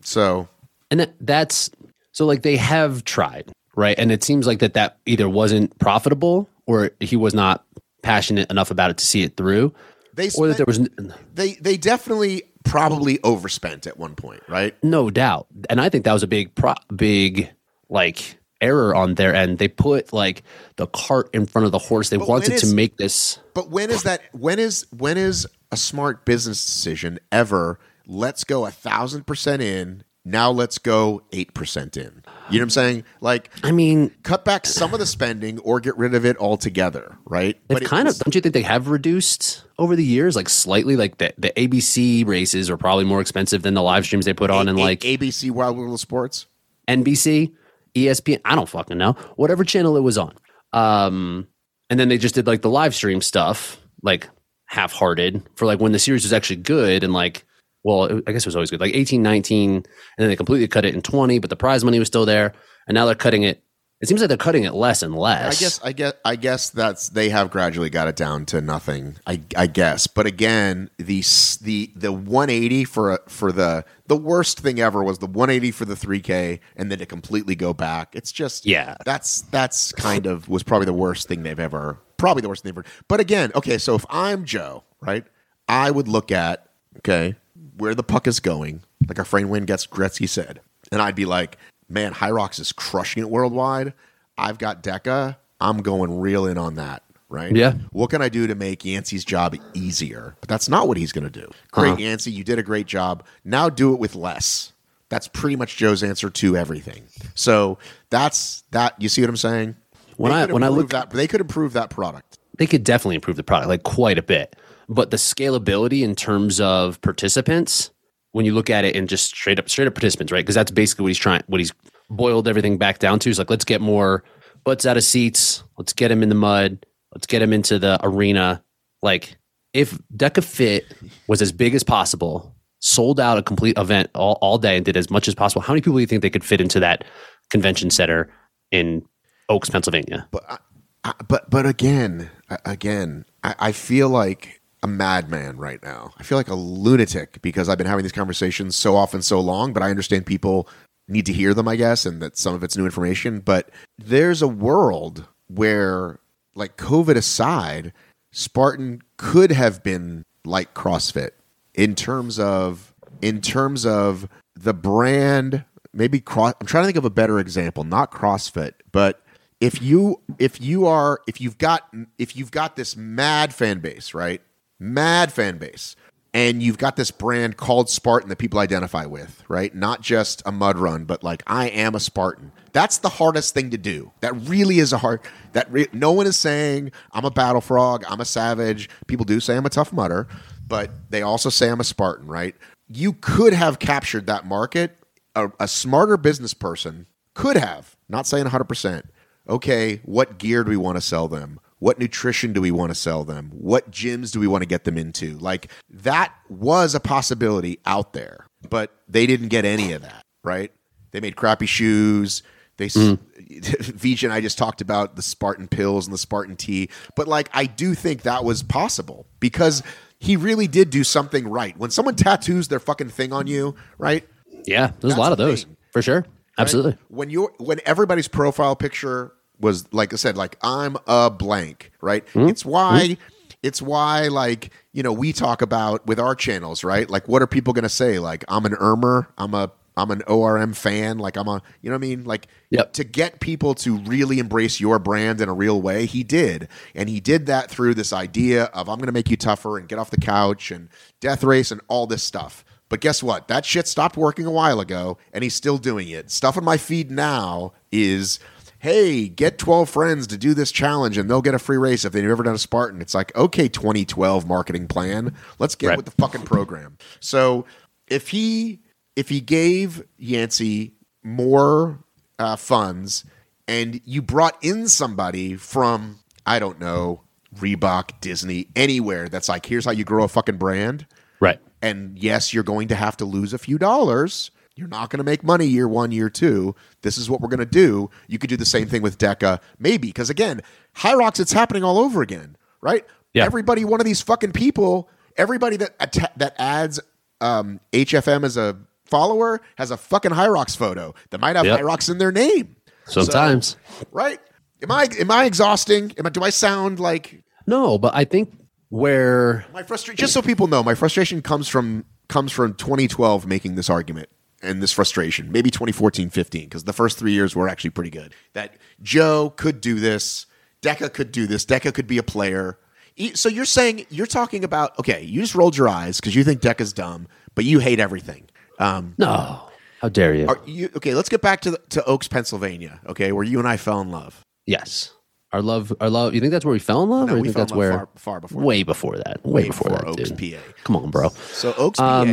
Speaker 4: So
Speaker 5: and that, that's so like they have tried right and it seems like that that either wasn't profitable or he was not passionate enough about it to see it through
Speaker 4: they
Speaker 5: or that there
Speaker 4: spent,
Speaker 5: was n-
Speaker 4: they they definitely probably overspent at one point, right?
Speaker 5: no doubt and i think that was a big pro big like error on their end they put like the cart in front of the horse they
Speaker 4: But when
Speaker 5: wanted to
Speaker 4: is-
Speaker 5: make this
Speaker 4: But when is that? When is when is a smart business decision ever? Let's go a thousand percent in. Now let's go eight percent in. You know what I'm saying? Like,
Speaker 5: i mean
Speaker 4: cut back some of the spending or get rid of it altogether. Right?
Speaker 5: They've
Speaker 4: it-
Speaker 5: kind of don't you think they have reduced over the years, like slightly, like the, the ABC races are probably more expensive than the live streams they put on, and
Speaker 4: A-
Speaker 5: like
Speaker 4: ABC Wild World of Sports.
Speaker 5: NBC, ESPN, I don't fucking know, whatever channel it was on. Um, and then they just did like the live stream stuff, like half hearted for like when the series was actually good and like, well, it- I guess it was always good, like 18, 19, and then they completely cut it in 20, but the prize money was still there. And now they're cutting it It seems like they're cutting it less and less.
Speaker 4: I guess I guess I guess that's they have gradually got it down to nothing. I I guess, but again, the s- the the 180 for a, for the the worst thing ever was the 180 for the 3K, and then to completely go back. It's just
Speaker 5: Yeah.
Speaker 4: That's that's kind of was probably the worst thing they've ever probably the worst thing ever. But again, okay, so if I'm Joe, right, I would look at okay where the puck is going, like our friend Wayne gets Gretzky said, and I'd be like, man, Hyrox is crushing it worldwide. I've got Deca. I'm going real in on that. Right?
Speaker 5: Yeah.
Speaker 4: What can I do to make Yancey's job easier? But that's not what he's going to do. Great,
Speaker 5: Uh-huh.
Speaker 4: Yancey, you did a great job. Now do it with less. That's pretty much Joe's answer to everything. So that's that. You see what I'm saying?
Speaker 5: When I-
Speaker 4: could
Speaker 5: when I
Speaker 4: improve
Speaker 5: look-
Speaker 4: that they could improve that product.
Speaker 5: they could definitely improve the product like quite a bit. But the scalability in terms of participants, when you look at it and just straight up straight up participants, right? Because that's basically what he's trying what he's boiled everything back down to. Is like let's get more butts out of seats, let's get him in the mud, let's get him into the arena. Like if Deca Fit was as big as possible, sold out a complete event all, all day and did as much as possible, how many people do you think they could fit into that convention center in Oaks, Pennsylvania?
Speaker 4: But I, I, but but again, I- again, I, I feel like a madman right now. I feel like a lunatic because I've been having these conversations so often, so long. But I understand people need to hear them, I guess, and that some of it's new information. But there's a world where, like COVID aside, Spartan could have been like CrossFit in terms of in terms of the brand. Maybe cross. I'm trying to think of a better example, not CrossFit, but if you if you are if you've got if you've got this mad fan base, right? Mad fan base. And you've got this brand called Spartan that people identify with, right? Not just a mud run, but like I am a Spartan. That's the hardest thing to do. That really is a hard. That re- no one is saying I'm a battle frog. I'm a savage. People do say I'm a tough mutter, but they also say I'm a Spartan, right? You could have captured that market a, a smarter business person could have, not saying 100%, okay, what gear do we want to sell them? What nutrition do we want to sell them? What gyms do we want to get them into? Like that was a possibility out there, but they didn't get any of that, right? They made crappy shoes. They, s Vij and I just talked about the Spartan pills and the Spartan tea, but like I do think that was possible because he really did do something right. When someone tattoos their fucking thing on you, right?
Speaker 5: Yeah, there's
Speaker 4: That's
Speaker 5: a lot of
Speaker 4: the
Speaker 5: those
Speaker 4: thing,
Speaker 5: for sure. Absolutely.
Speaker 4: when you when everybody's profile picture was like I said, like I'm a blank, right?
Speaker 5: Hmm?
Speaker 4: It's why it's why like you know we talk about with our channels, right? Like what are people gonna say? Like I'm an ermer, I'm a I'm an ORM fan, like I'm a you know what I mean? Like
Speaker 5: Yep.
Speaker 4: to get people to really embrace your brand in a real way, he did. And he did that through this idea of I'm gonna make you tougher and get off the couch and death race and all this stuff. But guess what? That shit stopped working a while ago, and he's still doing it. Stuff on my feed now is, hey, get 12 friends to do this challenge, and they'll get a free race if they've ever done a Spartan. It's like, okay, 2012 marketing plan. Let's get
Speaker 5: Right.
Speaker 4: with the fucking program. So if he if he gave Yancey more uh, funds, and you brought in somebody from I don't know Reebok, Disney, anywhere that's like, here's how you grow a fucking brand.
Speaker 5: Right.
Speaker 4: And yes, you're going to have to lose a few dollars. You're not going to make money year one, year two. This is what we're going to do. You could do the same thing with DECA, maybe, because again, Hyrox, it's happening all over again, right?
Speaker 5: Yeah.
Speaker 4: Everybody, one of these fucking people, everybody that atta- that adds um, HFM as a follower has a fucking Hyrox photo that might have
Speaker 5: Yep.
Speaker 4: Hyrox in their name,
Speaker 5: Sometimes.
Speaker 4: right? Am I am I exhausting? Am I, do I sound like
Speaker 5: No, but I think where
Speaker 4: My frustration, just so people know, my frustration comes from comes from 2012 making this argument and this frustration. Maybe 2014, 15, because the first three years were actually pretty good. That Joe could do this, Deca could do this, Deca could be a player. E- So you're saying you're talking about okay, you just rolled your eyes because you think Deca's dumb, but you hate everything. Um,
Speaker 5: no, how dare you?
Speaker 4: are you okay? Let's get back to the, to Oaks, Pennsylvania. Okay, where you and I fell in love.
Speaker 5: yes, our love, our love. You think that's where we fell in love?
Speaker 4: No,
Speaker 5: or you
Speaker 4: we
Speaker 5: think
Speaker 4: fell in
Speaker 5: that's
Speaker 4: love
Speaker 5: where
Speaker 4: far- far before
Speaker 5: way before that, way,
Speaker 4: Way
Speaker 5: before,
Speaker 4: before
Speaker 5: that,
Speaker 4: Oaks,
Speaker 5: dude.
Speaker 4: PA.
Speaker 5: Come on, bro.
Speaker 4: So Oaks, PA.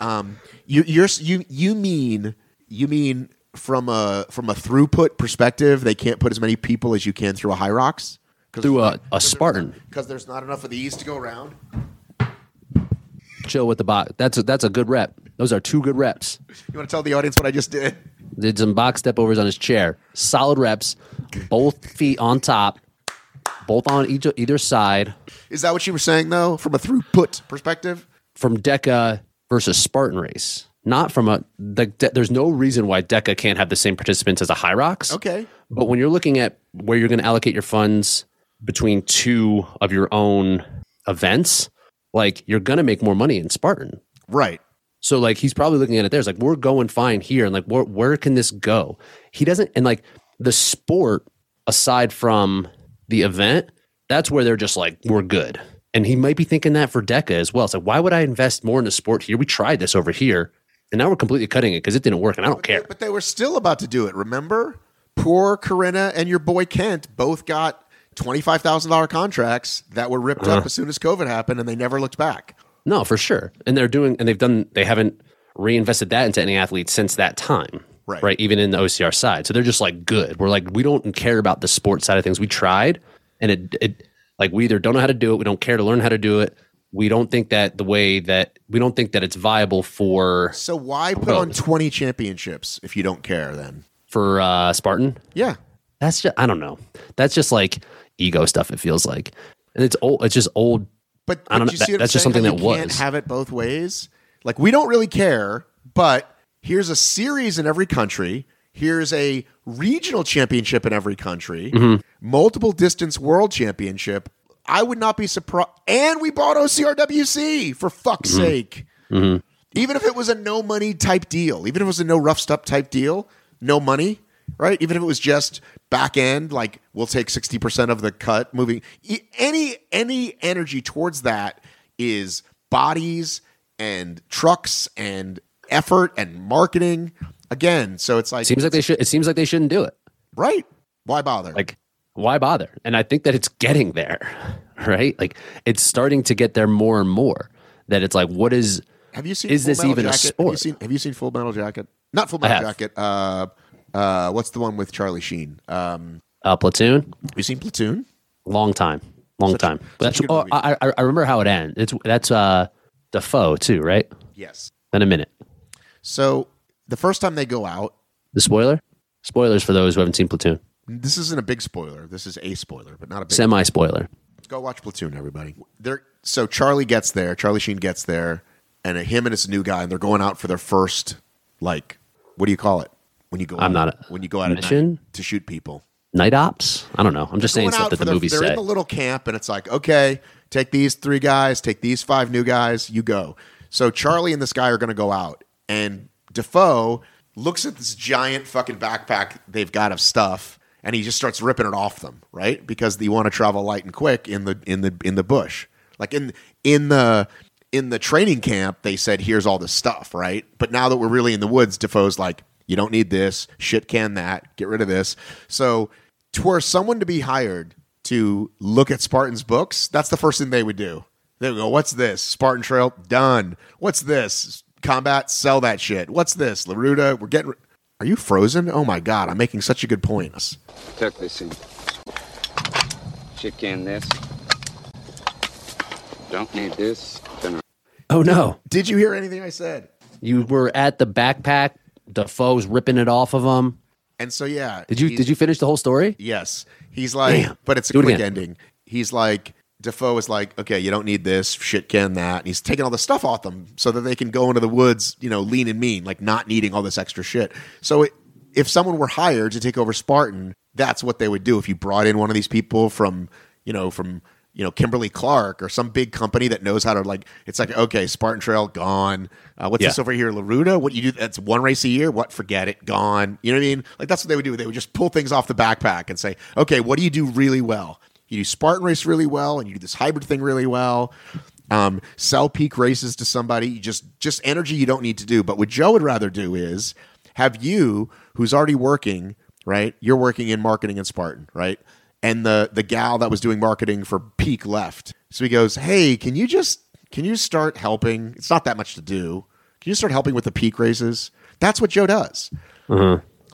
Speaker 4: Um, you, you're you you mean you mean from a from a throughput perspective, they can't put as many people as you can through a Hyrox
Speaker 5: Through a, a Spartan,
Speaker 4: because there's not enough of these to go around.
Speaker 5: chill with the box. That's a, that's a good rep. Those are two good reps.
Speaker 4: You want to tell the audience what I just did?
Speaker 5: Did some box step overs on his chair. Solid reps, both feet on top, both on each either side.
Speaker 4: Is that what you were saying though, from a throughput perspective?
Speaker 5: from Deca versus Spartan Race. Not from a the, De- there's no reason why Deca can't have the same participants as a Hyrox.
Speaker 4: Okay.
Speaker 5: But when you're looking at where you're going to allocate your funds between two of your own events, like you're going to make more money in Spartan.
Speaker 4: Right.
Speaker 5: So like he's probably looking at it there's like we're going fine here and like where where can this go? He doesn't and like the sport aside from the event, that's where they're just like we're good. And he might be thinking that for Deca as well. It's like why would I invest more in the sport here? We tried this over here and now we're completely cutting it because it didn't work and I don't care.
Speaker 4: But they were still about to do it, remember? Poor Corinna and your boy Kent both got $25,000 contracts that were ripped up as soon as COVID happened and they never looked back.
Speaker 5: No, for sure. And they're doing, and they've done, they haven't reinvested that into any athletes since that time.
Speaker 4: Right.
Speaker 5: Right. Even in the OCR side. So they're just like, good. We're like, we don't care about the sports side of things. We tried and it, it, like, we either don't know how to do it. We don't care to learn how to do it. We don't think that the way that we don't think that it's viable for,
Speaker 4: So why put on 20 championships if you don't care then?
Speaker 5: for, uh, Spartan.
Speaker 4: Yeah.
Speaker 5: That's just, I don't know. That's just like ego stuff. It feels like, and it's old, it's just old.
Speaker 4: But,
Speaker 5: I
Speaker 4: but
Speaker 5: don't know.
Speaker 4: you
Speaker 5: That-
Speaker 4: see what I'm
Speaker 5: that's just
Speaker 4: saying?
Speaker 5: something
Speaker 4: Like,
Speaker 5: that
Speaker 4: you can't
Speaker 5: was.
Speaker 4: have it both ways. Like we don't really care, but here's a series in every country. Here's a regional championship in every country.
Speaker 5: Mm-hmm.
Speaker 4: Multiple distance world championship. I would not be surprised. And we bought OCRWC for fuck's
Speaker 5: Mm-hmm.
Speaker 4: sake. Even if it was a no money type deal, even if it was a no rough stuff type deal, no money, right? Even if it was just back end, like we'll take sixty percent of the cut. Moving e- any any energy towards that is bodies and trucks and effort and marketing. Again, so it's like
Speaker 5: Seems like they should, it seems like they shouldn't do it.
Speaker 4: right? Why bother?
Speaker 5: like why bother and i think that it's getting there right like it's starting to get there more and more that it's like what is
Speaker 4: have you seen?
Speaker 5: is
Speaker 4: Full
Speaker 5: this
Speaker 4: Metal
Speaker 5: even a
Speaker 4: Jacket? Have you
Speaker 5: sport?
Speaker 4: seen? Have you seen Full Metal Jacket? Not Full Metal
Speaker 5: have.
Speaker 4: Jacket. Uh, uh, what's the one with Charlie Sheen? Um,
Speaker 5: uh, platoon
Speaker 4: have you seen Platoon?
Speaker 5: long time long time But
Speaker 4: such a
Speaker 5: that's,
Speaker 4: good
Speaker 5: oh,
Speaker 4: movie.
Speaker 5: I, I I remember how it ends it's that's uh defoe too right
Speaker 4: Yes.
Speaker 5: in a minute
Speaker 4: So the first time they go out,
Speaker 5: the spoiler spoilers for those who haven't seen platoon
Speaker 4: this isn't a big spoiler. This is a spoiler, but not a big.
Speaker 5: semi spoiler
Speaker 4: go watch Platoon, everybody. They're, so Charlie gets there. Charlie Sheen gets there, and him and this new guy, and they're going out for their first like, what do you call it when you go?
Speaker 5: I'm
Speaker 4: out,
Speaker 5: not a-
Speaker 4: when you go out at
Speaker 5: mission?
Speaker 4: night to shoot people.
Speaker 5: night ops i don't know i'm just saying
Speaker 4: Going
Speaker 5: stuff
Speaker 4: out
Speaker 5: that
Speaker 4: for
Speaker 5: the
Speaker 4: their-
Speaker 5: movie
Speaker 4: They're in
Speaker 5: said
Speaker 4: the little camp, and it's like, okay, take these three guys, take these five new guys, you go. So Charlie and this guy are going to go out, and Defoe looks at this giant fucking backpack they've got of stuff, and he just starts ripping it off them, right? Because you want to travel light and quick in the in the in the bush, like in in the in the training camp. They said, here's all this stuff, right? But now that we're really in the woods, Defoe's like. You don't need this. Shit can that. Get rid of this. So to where someone to be hired to look at Spartan's books, that's the first thing they would do. They would go, What's this? Spartan Trail? Done. What's this? Combat? Sell that shit. What's this? Laruda? We're getting. Are you frozen? Oh my God, I'm making such a good point.
Speaker 6: Tuck this in. Chip can this. Don't need this. Then
Speaker 5: oh no
Speaker 4: Did you hear anything I said?
Speaker 5: you were at the backpack defoe's ripping it off of him
Speaker 4: And so, yeah.
Speaker 5: did you did you finish the whole story
Speaker 4: Yes. He's like,
Speaker 5: Damn.
Speaker 4: but it's a
Speaker 5: Do it
Speaker 4: quick
Speaker 5: again.
Speaker 4: ending. He's like, Defoe is like, okay, you don't need this. Shit can that. And he's taking all the stuff off them so that they can go into the woods, you know, lean and mean, like not needing all this extra shit. So it, if someone were hired to take over Spartan, that's what they would do. If you brought in one of these people from, you know, from, you know, Kimberly Clark or some big company that knows how to like, it's like, okay, Spartan Trail gone. Uh, what's
Speaker 5: Yeah.
Speaker 4: this over here? Laruda? What you do? That's one race a year. What? Forget it. Gone. You know what I mean? Like that's what they would do. They would just pull things off the backpack and say, okay, what do you do really well? You do Spartan race really well, and you do this hybrid thing really well. Um, sell peak races to somebody. You just just energy you don't need to do. But what Joe would rather do is have you, who's already working, right? You're working in marketing in Spartan, right? and the the gal that was doing marketing for Peak left. So he goes, "Hey, can you just can you start helping? It's not that much to do. Can you start helping with the Peak races? That's what Joe does.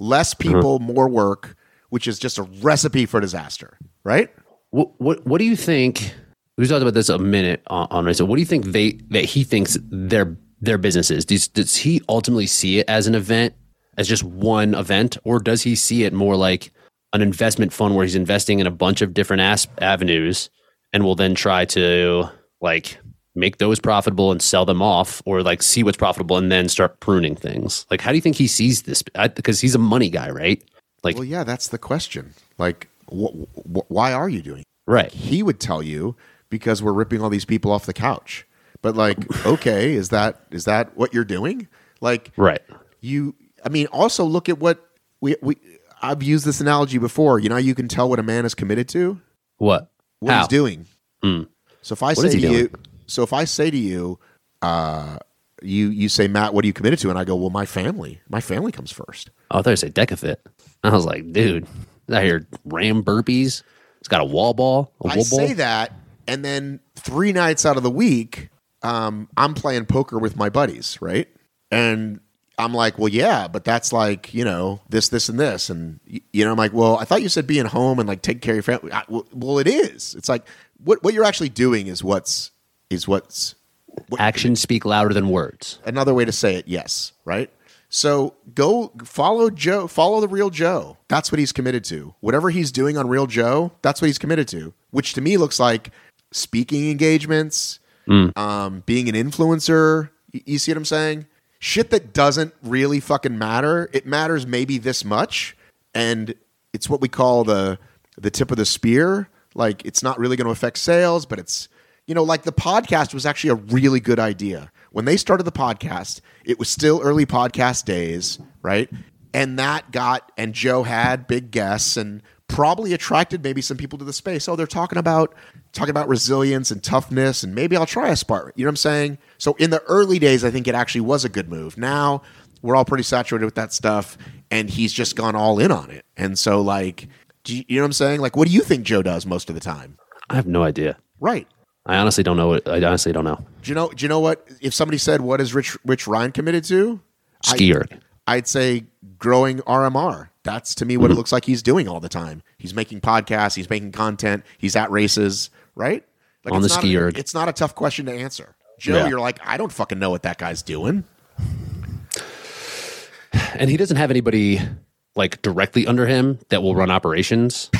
Speaker 4: Less people, more work, which is just a recipe for disaster, right?
Speaker 5: what what what do you think? We talked about this a minute on, on race. What do you think they that he thinks their their business is? Does, does he ultimately see it as an event as just one event, or does he see it more like an investment fund where he's investing in a bunch of different as- avenues and will then try to like make those profitable and sell them off, or like see what's profitable and then start pruning things? Like, how do you think he sees this? Because he's a money guy, right? Like,
Speaker 4: well, yeah, that's the question. Like, wh- wh- why are you doing? it?
Speaker 5: right?
Speaker 4: He would tell you because we're ripping all these people off the couch. But like, okay, is that is that what you're doing? Like,
Speaker 5: Right.
Speaker 4: you i mean also look at what we, we i've used this analogy before you know how you can tell what a man is committed to
Speaker 5: What?
Speaker 4: what
Speaker 5: How? Mm.
Speaker 4: he's doing so if i
Speaker 5: What is
Speaker 4: say to
Speaker 5: he
Speaker 4: you
Speaker 5: doing?
Speaker 4: so if i say to you uh you you say matt what are you committed to and i go well my family my family comes first
Speaker 5: Oh, I thought you said Decafit. I was like, dude, I hear ram burpees. It's got a wall ball. A
Speaker 4: i
Speaker 5: wall
Speaker 4: say
Speaker 5: ball.
Speaker 4: that and then three nights out of the week um i'm playing poker with my buddies right and I'm like, well, yeah, but that's like, you know, this, this, and this. And, y- you know, I'm like, well, I thought you said being home and like take care of your family. I, well, well, it is. It's like what, what you're actually doing is what's, is what's
Speaker 5: Actions speak louder than words.
Speaker 4: another way to say it. Yes. Right. So go follow Joe, follow the real Joe. That's what he's committed to. Whatever he's doing on real Joe, that's what he's committed to, which to me looks like speaking engagements, um, being an influencer. Y- You see what I'm saying? Shit that doesn't really fucking matter. It matters maybe this much, and it's what we call the the tip of the spear. Like it's not really going to affect sales, but it's you know like the podcast was actually a really good idea when they started the podcast. It was still early podcast days, right? And that got and Joe had big guests and probably attracted maybe some people to the space. Oh, they're talking about talking about resilience and toughness, and maybe I'll try a Spartan. You know what I'm saying? So in the early days, I think it actually was a good move. Now we're all pretty saturated with that stuff, and he's just gone all in on it. And so like, do you, you know what I'm saying? Like, what do you think Joe does most of the time?
Speaker 5: I have no idea.
Speaker 4: Right.
Speaker 5: I honestly don't know. What, I honestly don't know.
Speaker 4: Do you know? Do you know what? If somebody said, "What is Rich Rich Ryan committed to?" I-
Speaker 5: Skier.
Speaker 4: I'd say growing RMR. That's to me what it looks like he's doing all the time. He's making podcasts, he's making content, he's at races, right? Like
Speaker 5: On
Speaker 4: it's
Speaker 5: the
Speaker 4: not
Speaker 5: ski
Speaker 4: a,
Speaker 5: erg.
Speaker 4: It's not a tough question to answer. Joe,
Speaker 5: Yeah.
Speaker 4: you're like, I don't fucking know what that guy's doing.
Speaker 5: and he doesn't have anybody like directly under him that will run operations.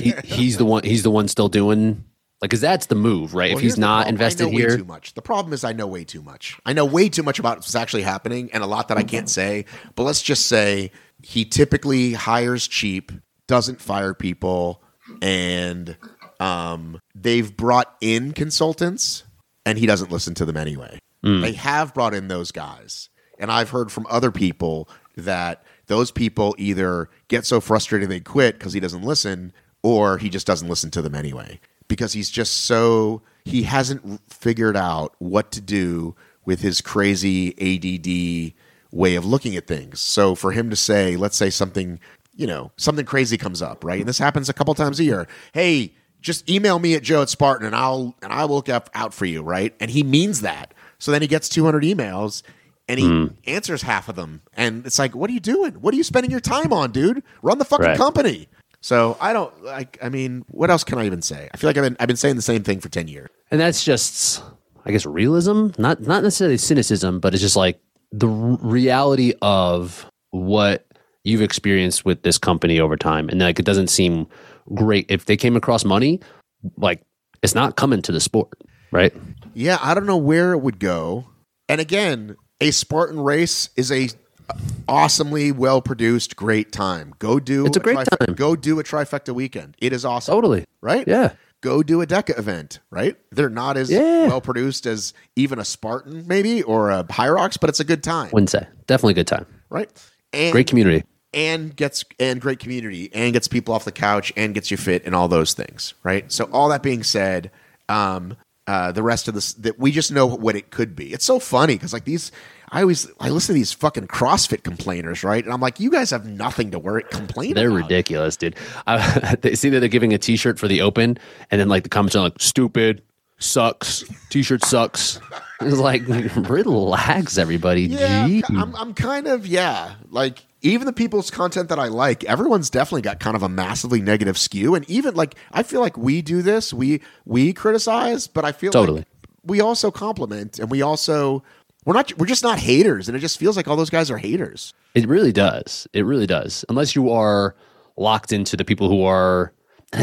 Speaker 5: he, he's the one. He's the one still doing like because that's the move, right?
Speaker 4: Well,
Speaker 5: if
Speaker 4: here's
Speaker 5: he's
Speaker 4: the
Speaker 5: not
Speaker 4: problem. I
Speaker 5: invested
Speaker 4: know way
Speaker 5: here,
Speaker 4: too much. The problem is I know way too much. I know way too much about what's actually happening and a lot that I can't say. But let's just say he typically hires cheap, doesn't fire people, and um, they've brought in consultants, and he doesn't listen to them anyway.
Speaker 5: Hmm.
Speaker 4: They have brought in those guys, and I've heard from other people that those people either get so frustrated they quit because he doesn't listen, or he just doesn't listen to them anyway because he's just so he hasn't figured out what to do with his crazy ADD way of looking at things. So for him to say, let's say something, you know, something crazy comes up, right? And this happens a couple times a year. Hey, just email me at Joe at Spartan and I'll and I will look up out for you, right? And he means that. So then he gets 200 emails and he answers half of them. And it's like, what are you doing? What are you spending your time on, dude? Run the fucking
Speaker 5: Right.
Speaker 4: company. So I don't like I mean, what else can I even say? I feel like I've been I've been saying the same thing for 10 years.
Speaker 5: and that's just i guess realism not not necessarily cynicism but it's just like the r- reality of what you've experienced with this company over time and like it doesn't seem great if they came across money like it's not coming to the sport right
Speaker 4: Yeah, I don't know where it would go. And again, a Spartan race is a awesomely well produced, great time. Go do
Speaker 5: It's a great
Speaker 4: trifecta-
Speaker 5: time.
Speaker 4: Go do a trifecta weekend. It is awesome.
Speaker 5: totally
Speaker 4: Right?
Speaker 5: yeah
Speaker 4: Go do a DECA event, right? They're not as
Speaker 5: Yeah.
Speaker 4: well produced as even a Spartan, maybe, or a Hyrox, but it's a good time,
Speaker 5: wednesday definitely a good time
Speaker 4: right? And
Speaker 5: great community
Speaker 4: and gets and great community and gets people off the couch and gets you fit and all those things right so all that being said um uh the rest of this that we just know what it could be it's so funny because like these i always i listen to these fucking crossfit complainers right and i'm like you guys have nothing to worry complain
Speaker 5: they're
Speaker 4: about
Speaker 5: ridiculous dude I, they see that they're giving a t-shirt for the open and then like the comments are like stupid sucks t-shirt sucks it's like relax everybody
Speaker 4: yeah
Speaker 5: Gee.
Speaker 4: I'm, I'm kind of yeah like even the people's content that i like everyone's definitely got kind of a massively negative skew and even like i feel like we do this we we criticize but i feel like
Speaker 5: Totally.
Speaker 4: we also compliment and we also We're not. We're just not haters, and it just feels like all those guys are haters.
Speaker 5: It really does. It really does. Unless you are locked into the people who are.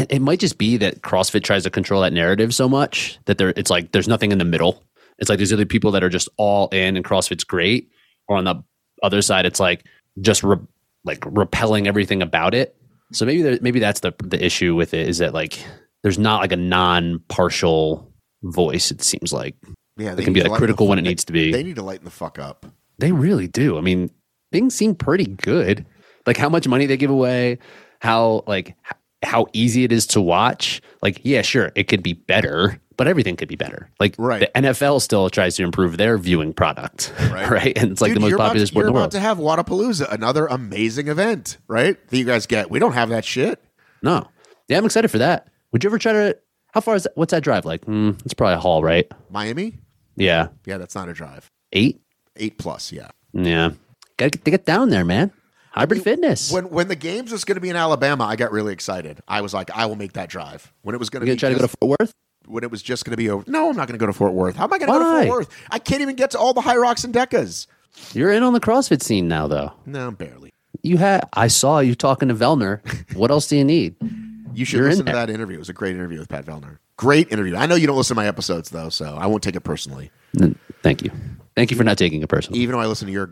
Speaker 5: It might just be that CrossFit tries to control that narrative so much that there, it's like there's nothing in the middle. It's like there's either people that are just all in and CrossFit's great, or on the other side, it's like just re- like repelling everything about it. So maybe there, maybe that's the the issue with it is that like there's not like a non partial voice. It seems like
Speaker 4: Yeah,
Speaker 5: it can be
Speaker 4: need to
Speaker 5: like
Speaker 4: lighten
Speaker 5: critical
Speaker 4: the,
Speaker 5: when it
Speaker 4: fuck-
Speaker 5: needs to be.
Speaker 4: They need to lighten the fuck up.
Speaker 5: They really do. I mean, things seem pretty good. Like how much money they give away, how like h- how easy it is to watch. Like yeah, sure, it could be better, but everything could be better. Like
Speaker 4: Right.
Speaker 5: the NFL still tries to improve their viewing product,
Speaker 4: Right.
Speaker 5: right? And it's like
Speaker 4: Dude,
Speaker 5: the most
Speaker 4: you're about
Speaker 5: popular
Speaker 4: to-
Speaker 5: sport in the world.
Speaker 4: You're about to have Wadapalooza, another amazing event, right? That you guys get. We don't have that shit.
Speaker 5: no, yeah, I'm excited for that. Would you ever try to? How far is that? What's that drive like? Mm, it's probably a haul, right?
Speaker 4: Miami.
Speaker 5: Yeah,
Speaker 4: Yeah, that's not a drive.
Speaker 5: eight.
Speaker 4: Eight plus. Yeah.
Speaker 5: Yeah, gotta get, get down there, man. Hybrid fitness.
Speaker 4: When when the games was going to be in Alabama, I got really excited. I was like, I will make that drive. When it was going
Speaker 5: you gonna
Speaker 4: be
Speaker 5: try to go to
Speaker 4: just-
Speaker 5: Fort Worth?
Speaker 4: when it was just going to be over. No, I'm not going to go to Fort Worth. How am I going to go to
Speaker 5: Why?
Speaker 4: Fort Worth? I can't even get to all the High Rocks and Decas.
Speaker 5: You're in on the CrossFit scene now, though.
Speaker 4: No, barely.
Speaker 5: You had I saw you talking to Velner. What else do you need?
Speaker 4: You should
Speaker 5: You're in
Speaker 4: listen to
Speaker 5: there.
Speaker 4: that interview. It was a great interview with Pat Vellner. Great interview. I know you don't listen to my episodes though, so I won't take it personally.
Speaker 5: N- Thank you. Thank you for not taking it personally.
Speaker 4: Even though I listen to your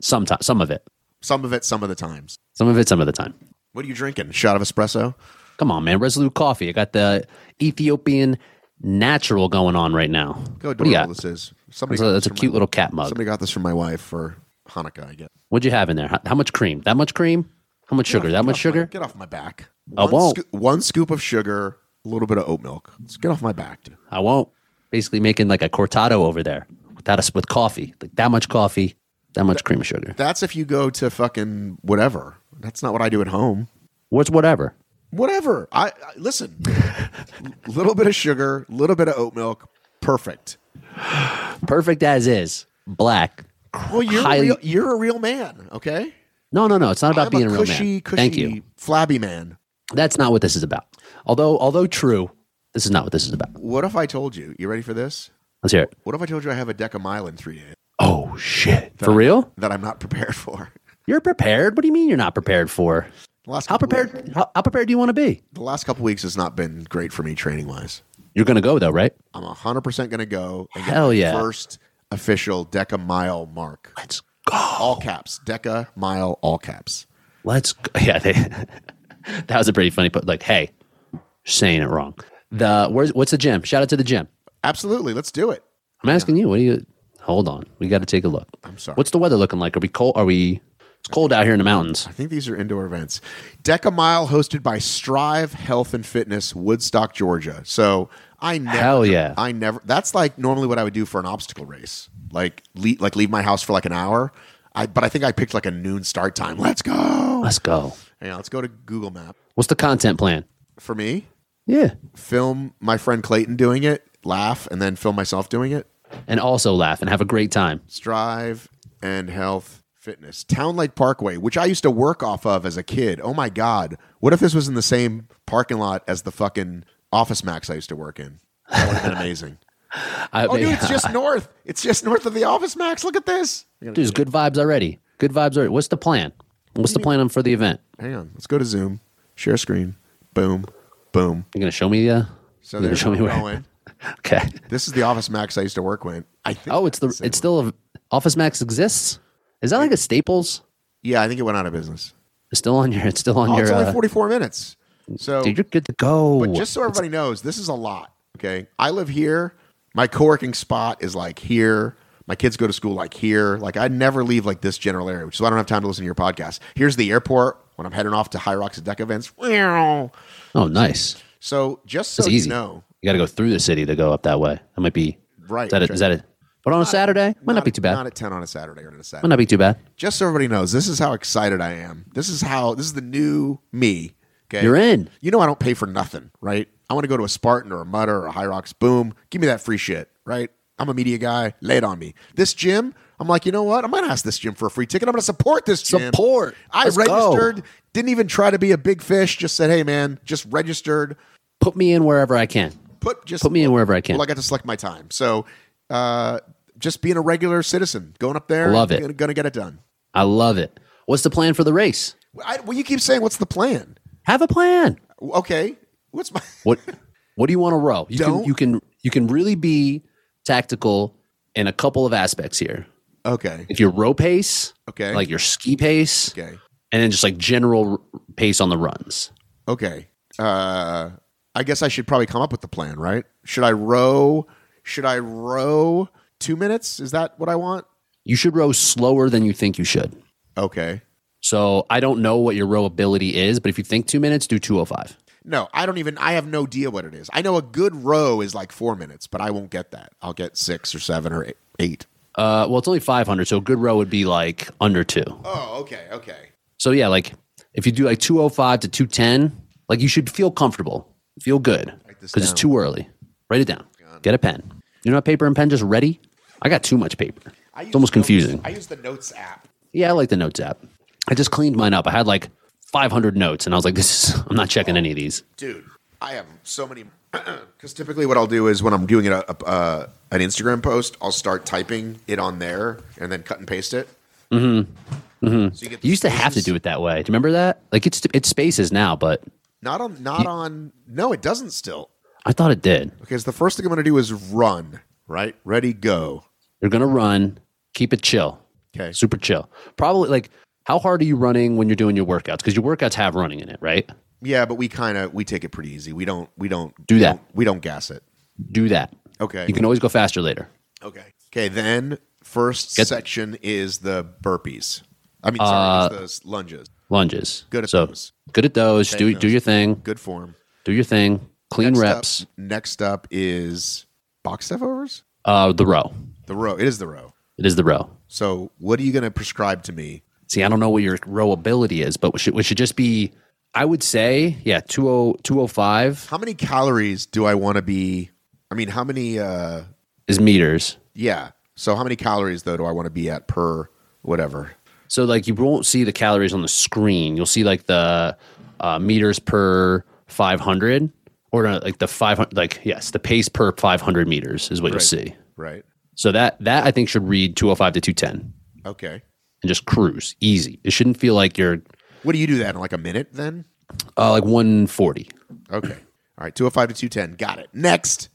Speaker 5: Some ti- some of it.
Speaker 4: some of it, some of the times.
Speaker 5: Some of it, some of the time.
Speaker 4: What are you drinking? A shot of espresso?
Speaker 5: Come on, man. Resolute coffee. I got the Ethiopian natural going on right now.
Speaker 4: Go
Speaker 5: what do you
Speaker 4: adorable
Speaker 5: got?
Speaker 4: this is. Somebody
Speaker 5: That's
Speaker 4: got
Speaker 5: a,
Speaker 4: this
Speaker 5: that's a
Speaker 4: from
Speaker 5: cute
Speaker 4: my-
Speaker 5: little cat mug.
Speaker 4: Somebody got this from my wife for Hanukkah, I guess.
Speaker 5: What'd you have in there? How, how much cream? That much cream? How much sugar? That much
Speaker 4: Get off my-
Speaker 5: sugar?
Speaker 4: get off my back.
Speaker 5: I
Speaker 4: One
Speaker 5: won't.
Speaker 4: scoo- one scoop of sugar, a little bit of oat milk. Let's get off my back. dude.
Speaker 5: I won't. Basically making like a cortado over there without us with coffee. Like that much coffee, that much cream of sugar.
Speaker 4: That's if you go to fucking whatever. That's not what I do at home.
Speaker 5: What's whatever.
Speaker 4: Whatever. I, I listen. little bit of sugar, little bit of oat milk. Perfect.
Speaker 5: Perfect as is. Black.
Speaker 4: Well, you're a
Speaker 5: Highly-
Speaker 4: real, you're a real man, okay?
Speaker 5: No, no, no. It's not about
Speaker 4: I'm
Speaker 5: being a, real
Speaker 4: cushy,
Speaker 5: man.
Speaker 4: cushy,
Speaker 5: Thank you.
Speaker 4: flabby man.
Speaker 5: That's not what this is about. Although, although true, this is not what this is about.
Speaker 4: What if I told you? You ready for this?
Speaker 5: Let's hear it.
Speaker 4: What if I told you I have a decamile in three days
Speaker 5: Oh shit! For real?
Speaker 4: that I'm not prepared for?
Speaker 5: You're prepared? What do you mean you're not prepared for?
Speaker 4: The last
Speaker 5: How
Speaker 4: couple weeks-
Speaker 5: prepared? How, how prepared do you want to be?
Speaker 4: the last couple weeks has not been great for me training wise.
Speaker 5: You're gonna go though, right?
Speaker 4: I'm 100% going to go and get
Speaker 5: Hell
Speaker 4: my
Speaker 5: yeah.
Speaker 4: first official Deca Mile mark.
Speaker 5: Let's go.
Speaker 4: All caps. Deca Mile, all caps.
Speaker 5: Let's. Go. Yeah, they, that was a pretty funny. But like, hey, you're saying it wrong. The where's what's the gym? Shout out to the gym.
Speaker 4: Absolutely. Let's do it.
Speaker 5: I'm asking you. What do you? Hold on. We got to take a look. I'm
Speaker 4: sorry.
Speaker 5: What's the weather looking like? Are we cold? Are we? It's cold out here in the mountains.
Speaker 4: I think these are indoor events. Deca Mile hosted by Strive Health and Fitness, Woodstock, Georgia. So I never.
Speaker 5: Hell yeah.
Speaker 4: I never. That's like normally what I would do for an obstacle race. Like, le- like leave my house for like an hour. I, but I think I picked like a noon start time. Let's go.
Speaker 5: Let's go.
Speaker 4: Hang on, let's go to Google Map.
Speaker 5: What's the content plan?
Speaker 4: For me,
Speaker 5: Yeah.
Speaker 4: film my friend Clayton doing it, laugh, and then film myself doing it.
Speaker 5: And also laugh and have a great time.
Speaker 4: Strive and Health Fitness, Townlight Parkway, which I used to work off of as a kid. Oh my God. What if this was in the same parking lot as the fucking Office Max I used to work in? That would have been amazing.
Speaker 5: I
Speaker 4: Oh,
Speaker 5: mean,
Speaker 4: dude, it's just north. It's just north of the Office Max. Look at this.
Speaker 5: There's good vibes already. Good vibes already. What's the plan? What's the plan for the event?
Speaker 4: Hang on. Let's go to Zoom. Share screen. Boom. Boom.
Speaker 5: You're gonna show me the.
Speaker 4: So
Speaker 5: you're gonna
Speaker 4: there's
Speaker 5: show
Speaker 4: where
Speaker 5: me
Speaker 4: we're
Speaker 5: where.
Speaker 4: going.
Speaker 5: Okay.
Speaker 4: This is the Office Max I used to work with. I think
Speaker 5: Oh, it's the.
Speaker 4: same
Speaker 5: It's still a, Office Max exists. Is that like a Staples?
Speaker 4: Yeah, I think it went out of business.
Speaker 5: It's still on your. It's still on
Speaker 4: Oh,
Speaker 5: your.
Speaker 4: it's only
Speaker 5: uh,
Speaker 4: 44 minutes. So
Speaker 5: dude, you're good to go.
Speaker 4: But just so everybody knows, this is a lot. Okay. I live here. My co working spot is like here. My kids go to school like here. Like I never leave like this general area, which is why I don't have time to listen to your podcast. Here's the airport when I'm heading off to High Rocks and Deck events.
Speaker 5: oh, nice.
Speaker 4: So just so
Speaker 5: It's easy.
Speaker 4: you know,
Speaker 5: You got to go through the city to go up that way. That might be.
Speaker 4: Right,
Speaker 5: Is that,
Speaker 4: right.
Speaker 5: a, is that a, But on a Saturday, might not, be too bad.
Speaker 4: Not at 10 on a Saturday or on a Saturday.
Speaker 5: might not be too bad.
Speaker 4: just so everybody knows, this is how excited I am. This is how this is the new me. Okay.
Speaker 5: You're in.
Speaker 4: You know I don't pay for nothing, right? I want to go to a Spartan or a Mutter or a High Rocks Boom. Give me that free shit, right? I'm a media guy. Lay it on me. This gym, I'm like, you know what? I'm gonna ask this gym for a free ticket. I'm gonna support this gym.
Speaker 5: Support.
Speaker 4: I
Speaker 5: Let's go.
Speaker 4: registered, didn't even try to be a big fish, just said, hey man, just registered.
Speaker 5: Put me in wherever I can.
Speaker 4: Put just
Speaker 5: Put me in wherever I can.
Speaker 4: Well, I got to select my time. So uh just being a regular citizen, going up there,
Speaker 5: Love it.
Speaker 4: and Going to get it done.
Speaker 5: I love it. What's the plan for the race?
Speaker 4: I, well, you keep saying, "What's the plan?"
Speaker 5: Have a plan.
Speaker 4: Okay, what's my?
Speaker 5: What What do you want to row? You
Speaker 4: Don't.
Speaker 5: can you can you can really be tactical in a couple of aspects here.
Speaker 4: Okay,
Speaker 5: If your row pace,
Speaker 4: Okay.
Speaker 5: like your ski pace,
Speaker 4: okay,
Speaker 5: and then just like general r- pace on the runs.
Speaker 4: okay. Uh, I guess I should probably come up with the plan, right? Should I row? Should I row two minutes? Is that what I want?
Speaker 5: You should row slower than you think you should.
Speaker 4: Okay.
Speaker 5: So I don't know what your row ability is, but if you think two minutes, do two oh five.
Speaker 4: No, I don't even. I have no idea what it is. I know a good row is like four minutes, but I won't get that. I'll get six or seven or eight. eight.
Speaker 5: Uh, well, it's only five hundred, so a good row would be like under two.
Speaker 4: Oh, okay, okay.
Speaker 5: So yeah, like if you do like two oh five to two ten, like you should feel comfortable, feel good,
Speaker 4: this
Speaker 5: because it's
Speaker 4: down.
Speaker 5: too early. Write it down. Get a pen. You know, what paper and pen just ready. I got too much paper.
Speaker 4: I use
Speaker 5: It's almost
Speaker 4: Notes-
Speaker 5: confusing.
Speaker 4: I use the notes app.
Speaker 5: Yeah, I like the notes app. I just cleaned mine up. I had like 500 notes, and I was like, "This is I'm not checking any of these."
Speaker 4: dude i have so many because typically what i'll do is when i'm doing it a, uh, an instagram post i'll start typing it on there and then cut and paste it mm-hmm. Mm-hmm. So you, get the
Speaker 5: You used to have to
Speaker 4: spaces.
Speaker 5: do it that way. Do you remember that? Like it's it's spaces now, but
Speaker 4: not on not on no it doesn't still
Speaker 5: I thought it did.
Speaker 4: because the first thing i'm going to do is run right ready go
Speaker 5: You're gonna run. Keep it chill.
Speaker 4: Okay.
Speaker 5: Super chill. Probably like how hard are you running when you're doing your workouts? Because your workouts have running in it, right?
Speaker 4: yeah but we kind of we take it pretty easy we don't we don't
Speaker 5: Do
Speaker 4: we
Speaker 5: that.
Speaker 4: don't- we don't gas it
Speaker 5: Do that.
Speaker 4: Okay.
Speaker 5: You can always go faster later.
Speaker 4: okay okay then first
Speaker 5: Get-
Speaker 4: section is the burpees i mean sorry
Speaker 5: Uh,
Speaker 4: it's the lunges
Speaker 5: Lunges.
Speaker 4: Good at
Speaker 5: so,
Speaker 4: those.
Speaker 5: Good at those. do do your thing.
Speaker 4: good form
Speaker 5: Do your thing. Clean
Speaker 4: Next
Speaker 5: reps.
Speaker 4: Up, next up is box step overs.
Speaker 5: Uh, the row.
Speaker 4: The row. It is the row.
Speaker 5: It is the row.
Speaker 4: So what are you going to prescribe to me?
Speaker 5: See, I don't know what your row ability is, but we should, we should just be, I would say, yeah, oh, 20, 205
Speaker 4: How many calories do I want to be? I mean, how many? Uh,
Speaker 5: is meters.
Speaker 4: yeah. So how many calories though do I want to be at per whatever?
Speaker 5: So, like, you won't see the calories on the screen. You'll see, like, the uh, meters per 500 or uh, like the 500, like, yes, the pace per 500 meters is what you'll see.
Speaker 4: Right.
Speaker 5: So, that, that I think should read 205 to 210
Speaker 4: Okay.
Speaker 5: and just cruise easy. It shouldn't feel like you're
Speaker 4: What do you do that in like a minute then?
Speaker 5: uh, like 140.
Speaker 4: Okay. All right. Two hundred five to two ten. Got it. Next.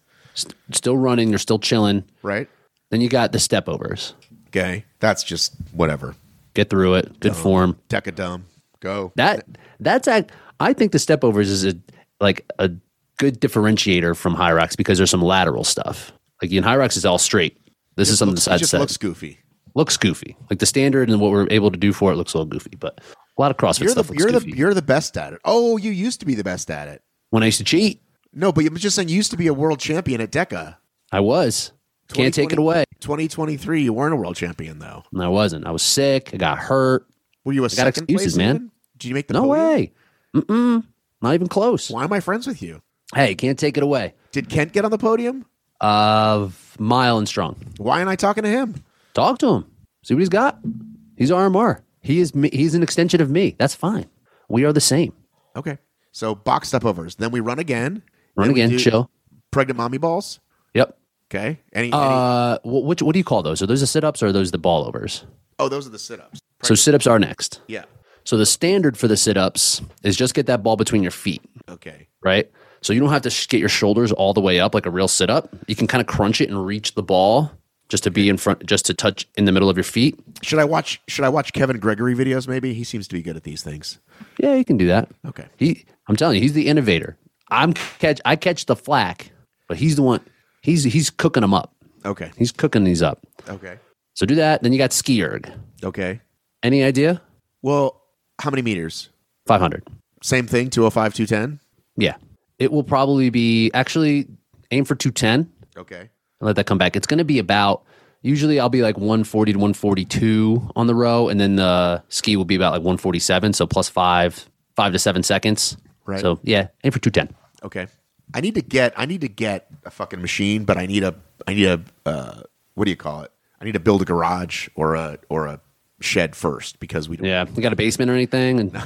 Speaker 5: Still running, you're still chilling.
Speaker 4: Right.
Speaker 5: Then you got the step overs.
Speaker 4: Okay. That's just whatever.
Speaker 5: Get through it. Good form.
Speaker 4: Decadum. Go.
Speaker 5: That that's act. I think the stepovers is a like a good differentiator from high rocks because there's some lateral stuff. Like in high rocks is all straight. This is something
Speaker 4: Looks-
Speaker 5: that's
Speaker 4: it
Speaker 5: I'd
Speaker 4: just
Speaker 5: say
Speaker 4: looks goofy.
Speaker 5: looks goofy. Like the standard and what we're able to do for it looks a little goofy, but a lot of CrossFit
Speaker 4: You're
Speaker 5: stuff
Speaker 4: the
Speaker 5: looks
Speaker 4: you're
Speaker 5: goofy.
Speaker 4: the you're the best at it. Oh, you used to be the best at it.
Speaker 5: when I used to cheat,
Speaker 4: No, but I'm just saying you used to be a world champion at DECA.
Speaker 5: I was. Can't take it
Speaker 4: 2020
Speaker 5: away.
Speaker 4: 2023, you weren't a world champion though.
Speaker 5: And I wasn't. I was sick. I got hurt.
Speaker 4: Were you a
Speaker 5: got
Speaker 4: second
Speaker 5: excuses,
Speaker 4: place
Speaker 5: man.
Speaker 4: even? Did you make the
Speaker 5: No
Speaker 4: podium?
Speaker 5: way. Mm-mm. Not even close.
Speaker 4: Why am I friends with you?
Speaker 5: Hey, can't take it away.
Speaker 4: Did Kent get on the podium?
Speaker 5: Uh, mile and strong.
Speaker 4: Why am I talking to him?
Speaker 5: Talk to him. See what he's got. He's RMR. He is. me- He's an extension of me. That's fine. We are the same.
Speaker 4: Okay. So box step overs. Then we run again.
Speaker 5: Run
Speaker 4: Then we
Speaker 5: again.
Speaker 4: do
Speaker 5: Chill.
Speaker 4: Pregnant mommy balls.
Speaker 5: Yep.
Speaker 4: Okay. Any, any
Speaker 5: Uh, wh- which what do you call those? Are those the sit ups or are those the ball overs?
Speaker 4: Oh, those are the sit ups.
Speaker 5: So sit ups are next.
Speaker 4: Yeah.
Speaker 5: So the standard for the sit ups is just get that ball between your feet,
Speaker 4: Okay.
Speaker 5: right? So you don't have to sh- get your shoulders all the way up like a real sit up. You can kind of crunch it and reach the ball just to be in front, just to touch in the middle of your feet.
Speaker 4: Should I watch should I watch Kevin Gregory videos maybe? He seems to be good at these things.
Speaker 5: Yeah, you can do that.
Speaker 4: Okay.
Speaker 5: He, I'm telling you, he's the innovator. I'm catch, I catch the flack, but he's the one. He's he's cooking them up.
Speaker 4: Okay.
Speaker 5: He's cooking these up.
Speaker 4: Okay.
Speaker 5: So do that. Then you got ski erg.
Speaker 4: Okay.
Speaker 5: Any idea?
Speaker 4: Well, how many meters?
Speaker 5: 500.
Speaker 4: Same thing, 205, 210.
Speaker 5: Yeah, it will probably be actually aim for 210
Speaker 4: Okay.
Speaker 5: and let that come back. It's going to be about. Usually I'll be like 140 to 142 on the row, and then the ski will be about like 147. So plus five, five to seven seconds.
Speaker 4: Right.
Speaker 5: So yeah, aim for 210.
Speaker 4: Okay. I need to get I need to get a fucking machine, but I need a I need a uh, what do you call it? I need to build a garage or a or a shed first because we don't
Speaker 5: Yeah, you got a basement or anything? And
Speaker 4: know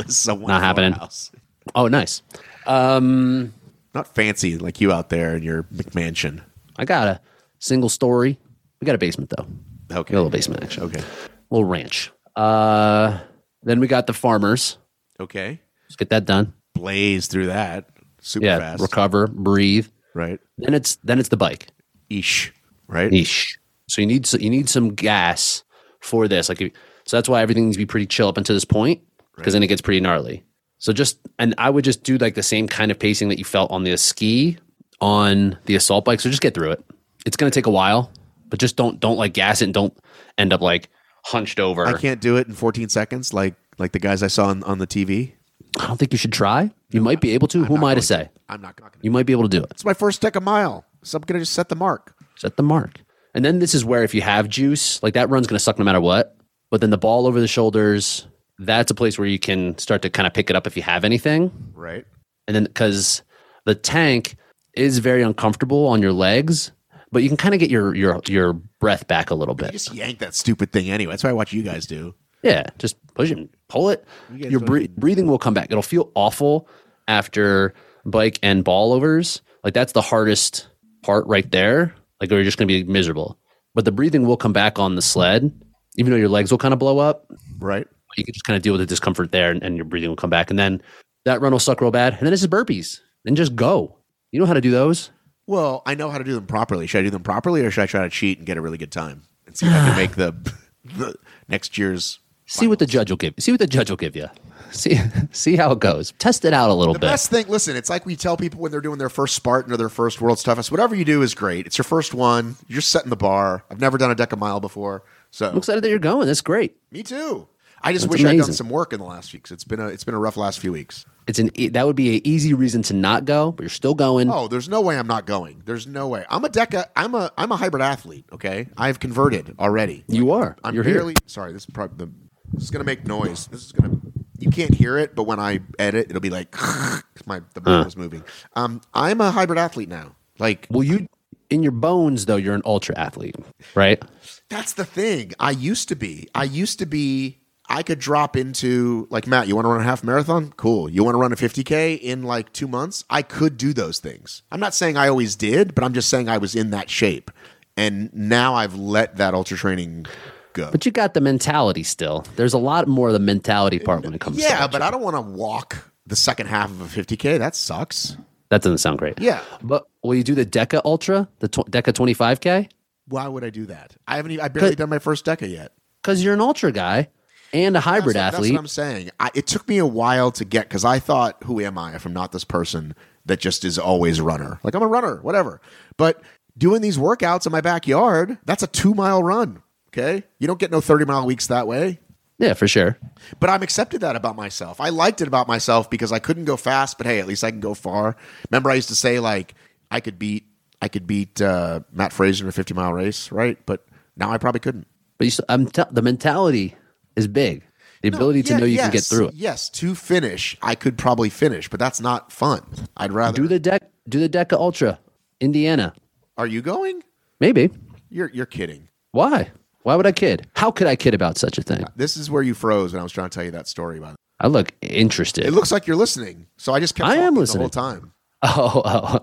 Speaker 4: it's someone
Speaker 5: Not happening.
Speaker 4: House.
Speaker 5: oh, nice.
Speaker 4: Not fancy like you out there in your McMansion.
Speaker 5: I got a single story We got a basement though.
Speaker 4: Okay.
Speaker 5: We got a little basement actually.
Speaker 4: Okay.
Speaker 5: little ranch. Uh, then we got the farmers.
Speaker 4: Okay.
Speaker 5: Let's get that done.
Speaker 4: Blaze through that super
Speaker 5: yeah,
Speaker 4: fast.
Speaker 5: recover, breathe.
Speaker 4: right.
Speaker 5: Then it's then it's the bike.
Speaker 4: Ish. Right.
Speaker 5: Yeesh. So you need so you need some gas for this. Like, if- so that's why everything needs to be pretty chill up until this point, because then it gets pretty gnarly. So just and I would just do like the same kind of pacing that you felt on the ski on the assault bike. So just get through it. It's gonna take a while, but just don't don't like gas it and don't end up like hunched over.
Speaker 4: I can't do it in 14 seconds, like like the guys I saw on, on the TV.
Speaker 5: I don't think you should try. You might be able to. Who am I to say?
Speaker 4: I'm not going to.
Speaker 5: You might be able to do it.
Speaker 4: It's my first tech a mile, so I'm going to just set the mark.
Speaker 5: set the mark. And then this is where if you have juice, like that run's going to suck no matter what. But then the ball over the shoulders, that's a place where you can start to kind of pick it up if you have anything.
Speaker 4: Right.
Speaker 5: And then because the tank is very uncomfortable on your legs, but you can kind of get your your your breath back a little
Speaker 4: You
Speaker 5: bit.
Speaker 4: just yank that stupid thing anyway. That's what I watch you guys do.
Speaker 5: Yeah, just push it, pull it. Your bre- breathing will come back. It'll feel awful after bike and ball overs. Like that's the hardest part right there. Like or you're just gonna be miserable. But the breathing will come back on the sled, even though your legs will kind of blow up.
Speaker 4: Right.
Speaker 5: You can just kind of deal with the discomfort there, and, and your breathing will come back. And then that run will suck real bad. And then this is burpees. Then just go. You know how to do those.
Speaker 4: Well, I know how to do them properly. Should I do them properly, or should I try to cheat and get a really good time and see if I can make the the next year's
Speaker 5: See what the judge will give. See what the judge will give you. See see how it goes. Test it out a little
Speaker 4: The
Speaker 5: bit.
Speaker 4: best thing, listen, it's like we tell people when they're doing their first Spartan or their first World Stuff. It's whatever you do is great. It's your first one. You're setting the bar. I've never done a deck a mile before,
Speaker 5: I'm
Speaker 4: so
Speaker 5: excited that you're going. That's great.
Speaker 4: me too. I just
Speaker 5: That's
Speaker 4: wish I'd done
Speaker 5: amazing.
Speaker 4: some work in the last few. Cause it's been a it's been a rough last few weeks.
Speaker 5: it's an e- that would be an easy reason to not go, but you're still going.
Speaker 4: Oh, there's no way I'm not going. There's no way. I'm a deca. I'm a I'm a hybrid athlete. Okay, I've converted already.
Speaker 5: you are.
Speaker 4: I'm
Speaker 5: you're
Speaker 4: barely
Speaker 5: here.
Speaker 4: sorry. This is probably the, this is gonna make noise. This is gonna you can't hear it, but when I edit, it'll be like 'cause my the bone is moving. Um, I'm a hybrid athlete now. Like
Speaker 5: Well, you in your bones though, you're an ultra athlete, right?
Speaker 4: that's the thing. I used to be. I used to be. I could drop into like Matt. You want to run a half marathon? Cool. You want to run a 50k in like two months? I could do those things. I'm not saying I always did, but I'm just saying I was in that shape. And now I've let that ultra training go.
Speaker 5: But you got the mentality still. There's a lot more of the mentality part when it comes.
Speaker 4: Yeah,
Speaker 5: to
Speaker 4: but I don't want to walk the second half of a 50k. That sucks.
Speaker 5: that doesn't sound great.
Speaker 4: Yeah.
Speaker 5: but will you do the Deca Ultra, the tw- Deca 25k?
Speaker 4: Why would I do that? I haven't. Even, I barely
Speaker 5: Good.
Speaker 4: done my first deca yet.
Speaker 5: Because you're an ultra guy and a hybrid
Speaker 4: that's,
Speaker 5: athlete.
Speaker 4: That's what I'm saying. I, it took me a while to get because I thought, who am I if I'm not this person that just is always a runner? Like I'm a runner, whatever. But doing these workouts in my backyard, that's a two mile run. Okay, you don't get no 30 mile weeks that way.
Speaker 5: yeah, for sure.
Speaker 4: But I'm accepted that about myself. I liked it about myself because I couldn't go fast, but hey, at least I can go far. Remember, I used to say like I could beat I could beat uh, Matt Fraser in a 50 mile race, right? But now I probably couldn't.
Speaker 5: But you, s- I'm t- the mentality is big. The ability to
Speaker 4: Yeah,
Speaker 5: know you can get
Speaker 4: yes,
Speaker 5: through it.
Speaker 4: Yes, to finish, I could probably finish, but that's not fun. I'd rather.
Speaker 5: Do the deck. Do the Deca Ultra, Indiana.
Speaker 4: Are you going?
Speaker 5: Maybe.
Speaker 4: You're you're kidding.
Speaker 5: Why? Why would I kid? How could I kid about such a thing?
Speaker 4: This is where you froze when I was trying to tell you that story. About
Speaker 5: I look
Speaker 4: it, it
Speaker 5: interested.
Speaker 4: looks like you're listening, so I just kept.
Speaker 5: I am
Speaker 4: talking
Speaker 5: listening.
Speaker 4: the whole time.
Speaker 5: oh,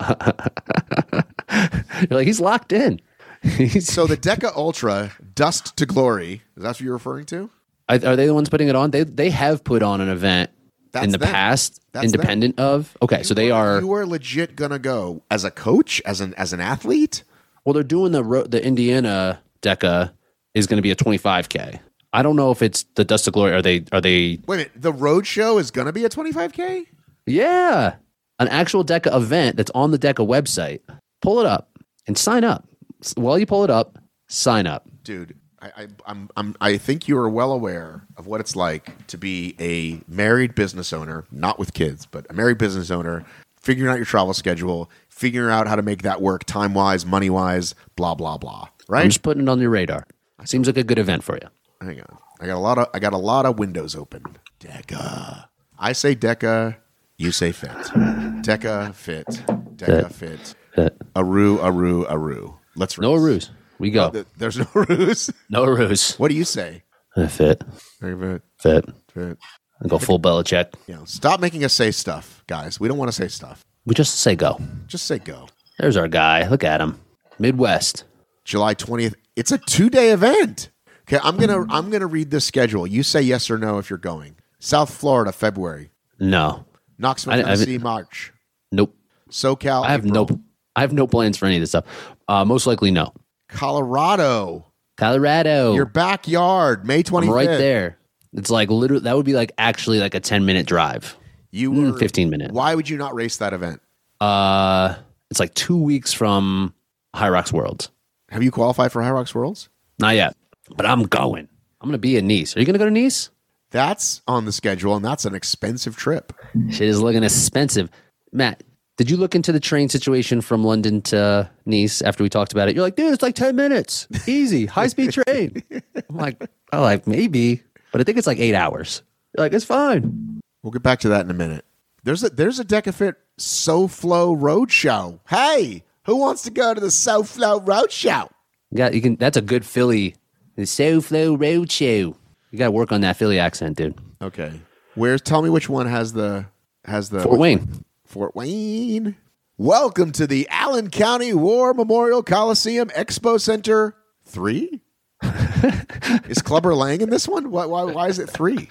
Speaker 5: oh. you're like he's locked in. He's,
Speaker 4: So the Deca Ultra Dust to Glory is that what you're referring to?
Speaker 5: are are they the ones putting it on? They they have put on an event
Speaker 4: That's
Speaker 5: in the
Speaker 4: them.
Speaker 5: past,
Speaker 4: That's
Speaker 5: independent of. Okay, so they are.
Speaker 4: You were legit gonna go as a coach, as an as an athlete.
Speaker 5: Well, they're doing the ro- the Indiana Deca is going to be a 25k. I don't know if it's the Dust of Glory. Are they? Are they?
Speaker 4: Wait a minute, the road show is gonna be a 25k.
Speaker 5: Yeah, an actual DECA event that's on the DECA website. Pull it up and sign up. S- While you pull it up, sign up.
Speaker 4: dude I, I, I'm, I'm, I think you are well aware of what it's like to be a married business owner not with kids but a married business owner figuring out your travel schedule figuring out how to make that work time wise money wise blah blah blah
Speaker 5: I'm
Speaker 4: right
Speaker 5: just putting it on your radar. Seems like a good event for you.
Speaker 4: hang on i got a lot of i got a lot of windows open deca i say deca you say fit deca fit deca fit aru aru aru let's
Speaker 5: No
Speaker 4: race.
Speaker 5: ruse. We go.
Speaker 4: Th- there's no ruse
Speaker 5: no ruse.
Speaker 4: what do you say
Speaker 5: Fit.
Speaker 4: fit
Speaker 5: Fit.
Speaker 4: fit
Speaker 5: I go full Belichick.
Speaker 4: You know, stop making us say stuff, guys. We don't want to say stuff.
Speaker 5: We just say go.
Speaker 4: Just say go.
Speaker 5: There's our guy. Look at him. Midwest.
Speaker 4: July 20th. It's a two-day event. Okay, I'm going to I'm going to read this schedule. You say yes or no if you're going. South Florida February,
Speaker 5: No. I-
Speaker 4: Knoxville
Speaker 5: I haven't-
Speaker 4: Tennessee March,
Speaker 5: Nope.
Speaker 4: SoCal
Speaker 5: I have
Speaker 4: Oh, April,
Speaker 5: no I have no plans for any of this stuff. Uh, most likely no.
Speaker 4: Colorado,
Speaker 5: Colorado.
Speaker 4: your backyard, May 25th.
Speaker 5: Oh. I'm right there. It's like literally that would be like actually like a 10 minute drive.
Speaker 4: You
Speaker 5: Mm,
Speaker 4: were
Speaker 5: 15 minute.
Speaker 4: Why would you not race that event?
Speaker 5: Uh it's like 2 weeks from High Rocks World.
Speaker 4: Have you qualified for High Rocks Worlds?
Speaker 5: Not yet, but I'm going. I'm going to be in Nice. Are you going to go to Nice?
Speaker 4: That's on the schedule, and that's an expensive trip.
Speaker 5: Shit is looking expensive. Matt, did you look into the train situation from London to Nice after we talked about it? You're like, dude, it's like 10 minutes. Easy, high speed train. I'm like, oh, like maybe, but I think it's like eight hours. You're like, it's fine.
Speaker 4: We'll get back to that in a minute. There's a there's a Decafit SoFlow Roadshow. Hey, who wants to go to the SoFlow Roadshow?
Speaker 5: You got, you can, that's a good Philly. The SoFlo Road Show. You got to work on that Philly accent, dude.
Speaker 4: Okay, where's? Tell me which one has the has the
Speaker 5: Fort Wayne.
Speaker 4: Fort Wayne. Welcome to the Allen County War Memorial Coliseum Expo Center three. is Clubber Lang in this one? Why, why, why is it three?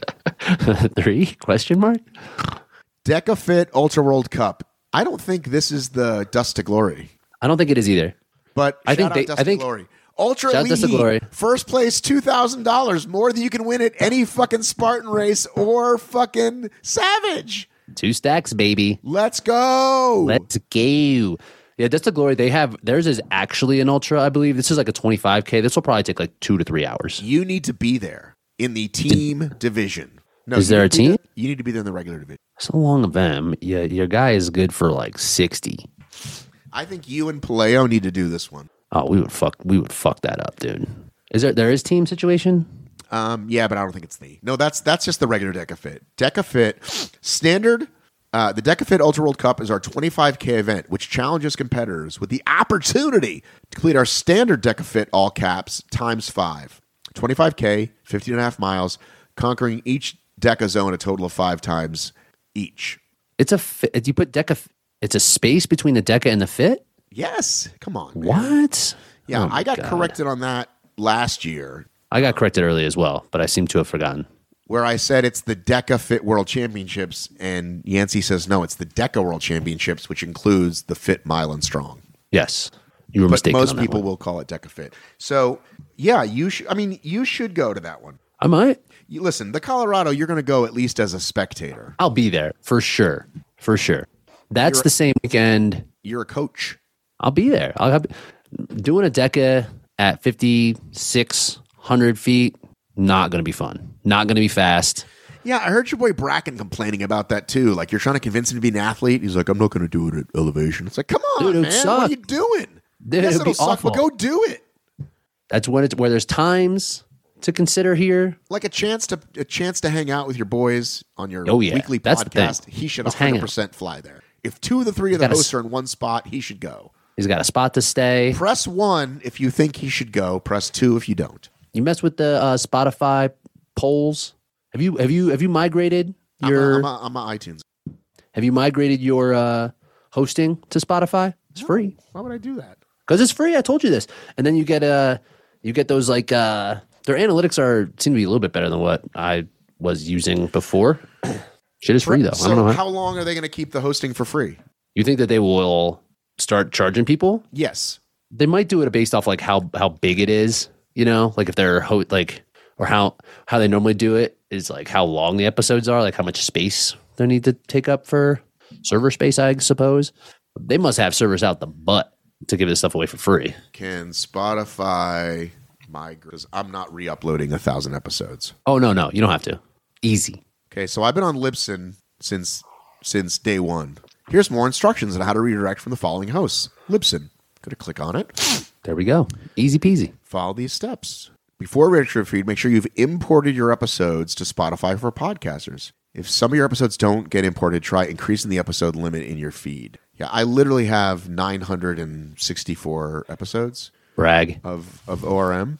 Speaker 5: Three question mark?
Speaker 4: Decafit Ultra World Cup. I don't think this is the Dust to Glory.
Speaker 5: I don't think it is either.
Speaker 4: But
Speaker 5: I
Speaker 4: shout
Speaker 5: think
Speaker 4: out
Speaker 5: they-
Speaker 4: Dust
Speaker 5: I
Speaker 4: to
Speaker 5: think-
Speaker 4: Glory. Ultra
Speaker 5: Shout out Dust to
Speaker 4: Leahy,
Speaker 5: Glory.
Speaker 4: first place, two thousand dollars more than you can win at any fucking Spartan race or fucking Savage.
Speaker 5: Two stacks, baby.
Speaker 4: Let's go.
Speaker 5: Let's go. Yeah, that's the glory. They have theirs is actually an ultra, I believe. This is like a 25k. This will probably take like two to three hours.
Speaker 4: you need to be there in the team division. No,
Speaker 5: Is
Speaker 4: you
Speaker 5: there
Speaker 4: need
Speaker 5: a
Speaker 4: to be
Speaker 5: team?
Speaker 4: there- you need to be there in the regular division.
Speaker 5: It's a long event. Yeah, your guy is good for like 60.
Speaker 4: I think you and Paleo need to do this one.
Speaker 5: Oh, we would fuck. We would fuck that up, dude. Is there there is team situation?
Speaker 4: Um, yeah, but I don't think it's the no. That's that's just the regular DecaFit. DecaFit standard. Uh, the DecaFit Ultra World Cup is our 25k event, which challenges competitors with the opportunity to complete our standard DecaFit all caps times five. 25k, 15 and a half miles, conquering each Deca zone a total of five times each.
Speaker 5: It's a fi- you put deca. It's a space between the deca and the fit.
Speaker 4: Yes, come on. man.
Speaker 5: What?
Speaker 4: Yeah,
Speaker 5: Oh my
Speaker 4: I got
Speaker 5: God.
Speaker 4: corrected on that last year,
Speaker 5: I got corrected early as well, but I seem to have forgotten.
Speaker 4: where I said it's the DECA Fit World Championships, and Yancey says no, it's the DECA World Championships, which includes the Fit Mile and Strong.
Speaker 5: Yes, you were
Speaker 4: But
Speaker 5: mistaken.
Speaker 4: most
Speaker 5: on that
Speaker 4: people
Speaker 5: one.
Speaker 4: will call it DECA Fit. So yeah, you should. I mean, you should go to that one.
Speaker 5: I might.
Speaker 4: You, listen, the Colorado, you're going to go at least as a spectator.
Speaker 5: I'll be there for sure. For sure. That's the same weekend.
Speaker 4: You're a coach.
Speaker 5: I'll be there. I'll have, doing a deca at 5,600 feet. Not going to be fun. Not going to be fast.
Speaker 4: Yeah, I heard your boy Bracken complaining about that too. Like you're trying to convince him to be an athlete. He's like, I'm not going to do it at elevation. It's like, come on,
Speaker 5: Dude, it would
Speaker 4: man, what are
Speaker 5: suck.
Speaker 4: you doing?
Speaker 5: Dude,
Speaker 4: yes,
Speaker 5: it'd be
Speaker 4: it'll suck, but
Speaker 5: awful.
Speaker 4: go do it.
Speaker 5: That's when it's where there's times to consider here.
Speaker 4: like a chance to a chance to hang out with your boys on your
Speaker 5: Oh, yeah.
Speaker 4: weekly
Speaker 5: That's the thing.
Speaker 4: podcast. He should
Speaker 5: Let's hang out.
Speaker 4: 100 percent fly there. If two of the three of the
Speaker 5: gotta
Speaker 4: hosts
Speaker 5: s-
Speaker 4: are in one spot, he should go.
Speaker 5: He's got a spot to stay.
Speaker 4: Press one if you think he should go. Press two if you don't.
Speaker 5: You mess with the uh, Spotify polls. Have you have you have you migrated
Speaker 4: I'm
Speaker 5: your
Speaker 4: a, I'm, a, I'm a iTunes.
Speaker 5: have you migrated your uh, hosting to Spotify? It's free.
Speaker 4: Why would I do that?
Speaker 5: because it's free. I told you this, and then you get uh you get those like uh their analytics are seem to be a little bit better than what I was using before. Shit is free though. I
Speaker 4: So
Speaker 5: don't know. How,
Speaker 4: how long are they going to keep the hosting for free?
Speaker 5: you think that they will start charging people?
Speaker 4: Yes.
Speaker 5: They might do it based off like how how big it is, you know, like if they're ho- like or how how they normally do it is like how long the episodes are, like how much space they need to take up for server space, I suppose. They must have servers out the butt to give this stuff away for free.
Speaker 4: Can Spotify migrate? I'm not re-uploading a thousand episodes.
Speaker 5: Oh no, no, you don't have to. Easy.
Speaker 4: Okay, so I've been on Libsyn since since day one. Here's more instructions on how to redirect from the following hosts. Libsyn. Go to click on it.
Speaker 5: There we go. Easy peasy.
Speaker 4: Follow these steps. Before registering feed, make sure you've imported your episodes to Spotify for podcasters. If some of your episodes don't get imported, try increasing the episode limit in your feed. Yeah, I literally have 964 episodes
Speaker 5: Brag.
Speaker 4: of of ORM.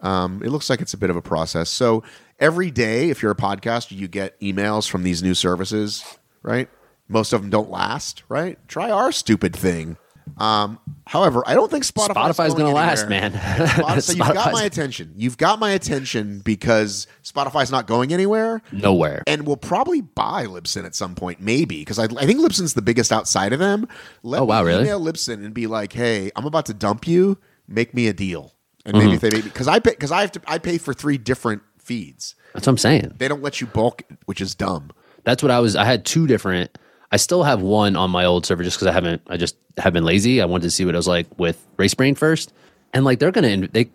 Speaker 4: Um, it looks like it's a bit of a process. So every day, if you're a podcaster, you get emails from these new services, right? Most of them don't last, right? Try our stupid thing. Um, However, I don't think Spotify
Speaker 5: Spotify's going to last, man.
Speaker 4: Spotify, so you've got
Speaker 5: Spotify's
Speaker 4: my attention. You've got my attention because Spotify's not going anywhere,
Speaker 5: nowhere.
Speaker 4: and we'll probably buy Libsyn at some point, maybe because I, I think Libsyn's the biggest outside of them. Let
Speaker 5: Oh, wow,
Speaker 4: me
Speaker 5: really?
Speaker 4: Email Libsyn and be like, "Hey, I'm about to dump you. Make me a deal." And
Speaker 5: Mm-hmm.
Speaker 4: maybe if they because I because I have to I pay for three different feeds.
Speaker 5: That's what I'm saying.
Speaker 4: They don't let you bulk, which is dumb.
Speaker 5: That's what I was. I had two different. I still have one on my old server just because I haven't. I just have been lazy. I wanted to see what it was like with Race Brain first, and like they're gonna they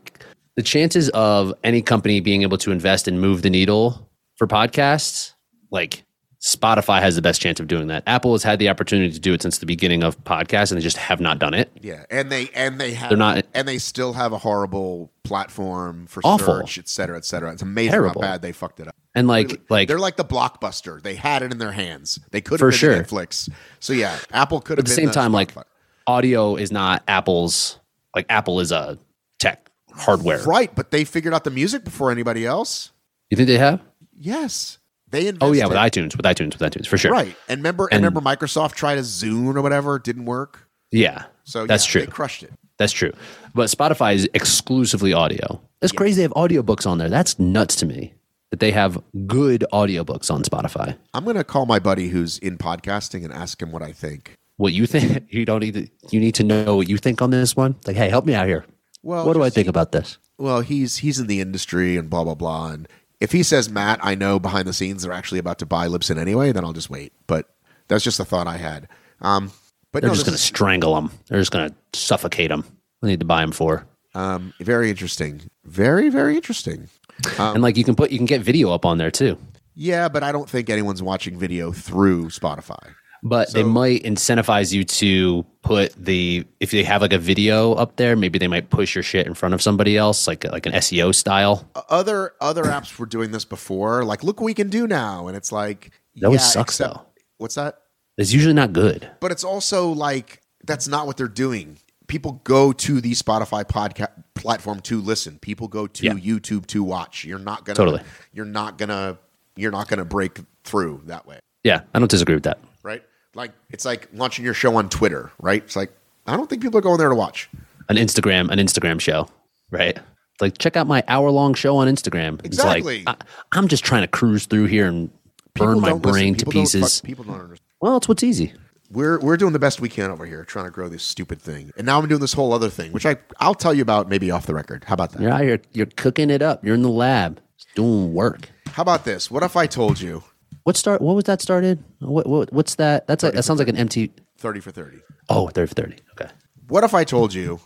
Speaker 5: the chances of any company being able to invest and move the needle for podcasts like Spotify has the best chance of doing that. Apple has had the opportunity to do it since the beginning of podcasts, and they just have not done it.
Speaker 4: Yeah, and they and they have
Speaker 5: They're not-
Speaker 4: and they still have a horrible platform for
Speaker 5: Awful.
Speaker 4: search, et cetera, et cetera. It's amazing
Speaker 5: Terrible.
Speaker 4: how bad they fucked it up.
Speaker 5: And like like
Speaker 4: They're like the blockbuster. They had it in their hands. They could have
Speaker 5: For
Speaker 4: been
Speaker 5: sure.
Speaker 4: the Netflix. So yeah, Apple could have.
Speaker 5: at the
Speaker 4: been
Speaker 5: same
Speaker 4: the
Speaker 5: time like
Speaker 4: Spotify.
Speaker 5: audio is not Apple's like Apple is a tech hardware.
Speaker 4: right, but they figured out the music before anybody else.
Speaker 5: You think they have?
Speaker 4: Yes, they invested.
Speaker 5: Oh yeah, with iTunes, with iTunes, with iTunes for sure.
Speaker 4: right. And remember, and,
Speaker 5: And-
Speaker 4: remember, Microsoft tried a Zune or whatever, it didn't work.
Speaker 5: Yeah.
Speaker 4: So
Speaker 5: that's
Speaker 4: yeah,
Speaker 5: true.
Speaker 4: They crushed it.
Speaker 5: That's true. But Spotify is exclusively audio. That's crazy. They have audiobooks on there. That's nuts to me that they have good audiobooks on Spotify.
Speaker 4: I'm gonna call my buddy who's in podcasting and ask him what I think.
Speaker 5: What you think? You don't need to. You need to know what you think on this one. Like, hey, help me out here.
Speaker 4: Well,
Speaker 5: what do I
Speaker 4: just-
Speaker 5: think about this?
Speaker 4: well, he's he's in the industry and blah blah blah. And if he says Matt, I know behind the scenes they're actually about to buy Libsyn anyway. Then I'll just wait. But that's just a thought I had. Um, but
Speaker 5: They're
Speaker 4: no,
Speaker 5: just going to
Speaker 4: this is,
Speaker 5: strangle them. They're just going to suffocate them. I need to buy them for.
Speaker 4: um, very interesting. Very very interesting.
Speaker 5: and like, you can put, you can get video up on there too.
Speaker 4: Yeah, but I don't think anyone's watching video through Spotify.
Speaker 5: but they might incentivize you to put the if they have like a video up there maybe they might push your shit in front of somebody else like like an seo style
Speaker 4: Other other apps were doing this before. Like, look what we can do now, and it's like
Speaker 5: That always sucks, though.
Speaker 4: What's that?
Speaker 5: it's usually not good
Speaker 4: but it's also like that's not what they're doing. People go to the Spotify podcast platform to listen. People go to
Speaker 5: Yeah.
Speaker 4: YouTube to watch. You're not gonna
Speaker 5: Totally.
Speaker 4: you're not gonna you're not gonna break through that way,
Speaker 5: yeah i don't disagree with that
Speaker 4: right? Like it's like launching your show on Twitter, right? It's like I don't think people are going there to watch.
Speaker 5: an instagram an instagram show right like check out my hour long show on instagram
Speaker 4: Exactly.
Speaker 5: it's like I, i'm just trying to cruise through here and burn
Speaker 4: People
Speaker 5: my
Speaker 4: don't listen.
Speaker 5: brain to
Speaker 4: People don't fuck-
Speaker 5: pieces
Speaker 4: people don't understand.
Speaker 5: well it's what's easy
Speaker 4: We're we're doing the best we can over here, trying to grow this stupid thing, and now I'm doing this whole other thing, which I I'll tell you about maybe off the record. How about that?
Speaker 5: you're out here you're cooking it up you're in the lab doing work
Speaker 4: How about this? What if I told you
Speaker 5: what start what was that started what, what what's that that's like that sounds like an empty
Speaker 4: thirty for thirty?
Speaker 5: Oh, 30 for 30. Okay.
Speaker 4: What if I told you?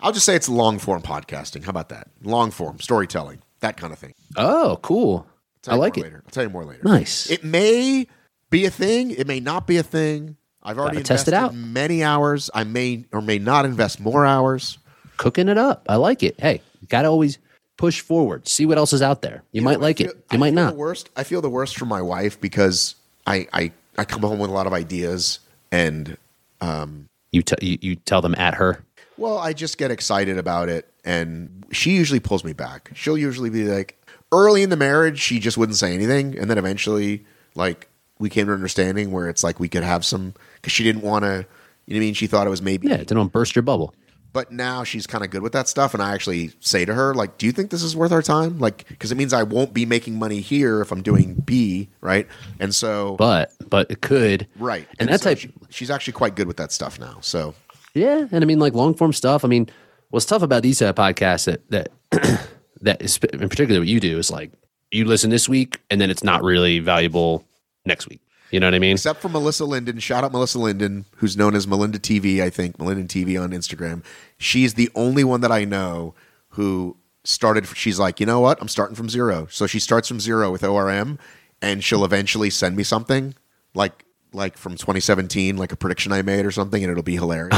Speaker 4: I'll just say it's long form podcasting. How about that? Long form storytelling, that kind of thing.
Speaker 5: Oh,
Speaker 4: I'll
Speaker 5: cool.
Speaker 4: tell
Speaker 5: I
Speaker 4: you
Speaker 5: like
Speaker 4: more
Speaker 5: it.
Speaker 4: Later. I'll tell you more later.
Speaker 5: Nice.
Speaker 4: It may be a thing. It may not be a thing. I've already
Speaker 5: Gotta test
Speaker 4: invested
Speaker 5: it out.
Speaker 4: many hours. I may or may not invest more hours.
Speaker 5: Cooking it up. I like it. Hey, you got to always push forward. See what else is out there. You, might
Speaker 4: know, I
Speaker 5: like
Speaker 4: feel-
Speaker 5: it.
Speaker 4: I
Speaker 5: You might
Speaker 4: feel
Speaker 5: not.
Speaker 4: The worst. I feel the worst for my wife because I I, I come home with a lot of ideas and um,
Speaker 5: You, t- you you tell them at her.
Speaker 4: Well, I just get excited about it, and she usually pulls me back. She'll usually be like, early in the marriage, she just wouldn't say anything, and then eventually, like, we came to an understanding where it's like we could have some because she didn't want to. You know what I mean? She thought it was maybe,
Speaker 5: Yeah, they don't burst your bubble.
Speaker 4: but now she's kind of good with that stuff. And I actually say to her, like, "Do you think this is worth our time? Like, because it means I won't be making money here if I'm doing B, right? And so,
Speaker 5: But but it could.
Speaker 4: right,
Speaker 5: And, that
Speaker 4: so
Speaker 5: type
Speaker 4: she- she's actually quite good with that stuff now. So,
Speaker 5: Yeah, and I mean like long form stuff. I mean, what's tough about these uh, podcasts that that that is in particular what you do is like you listen this week and then it's not really valuable next week. You know what I mean?
Speaker 4: except for Melissa Linden. Shout out Melissa Linden, who's known as Melinda TV, I think, Melinda TV on Instagram. She's the only one that I know who started, she's like, you know what? I'm starting from zero. So she starts from zero with ORM and she'll eventually send me something like, like from 2017, like a prediction I made or something, and it'll be hilarious.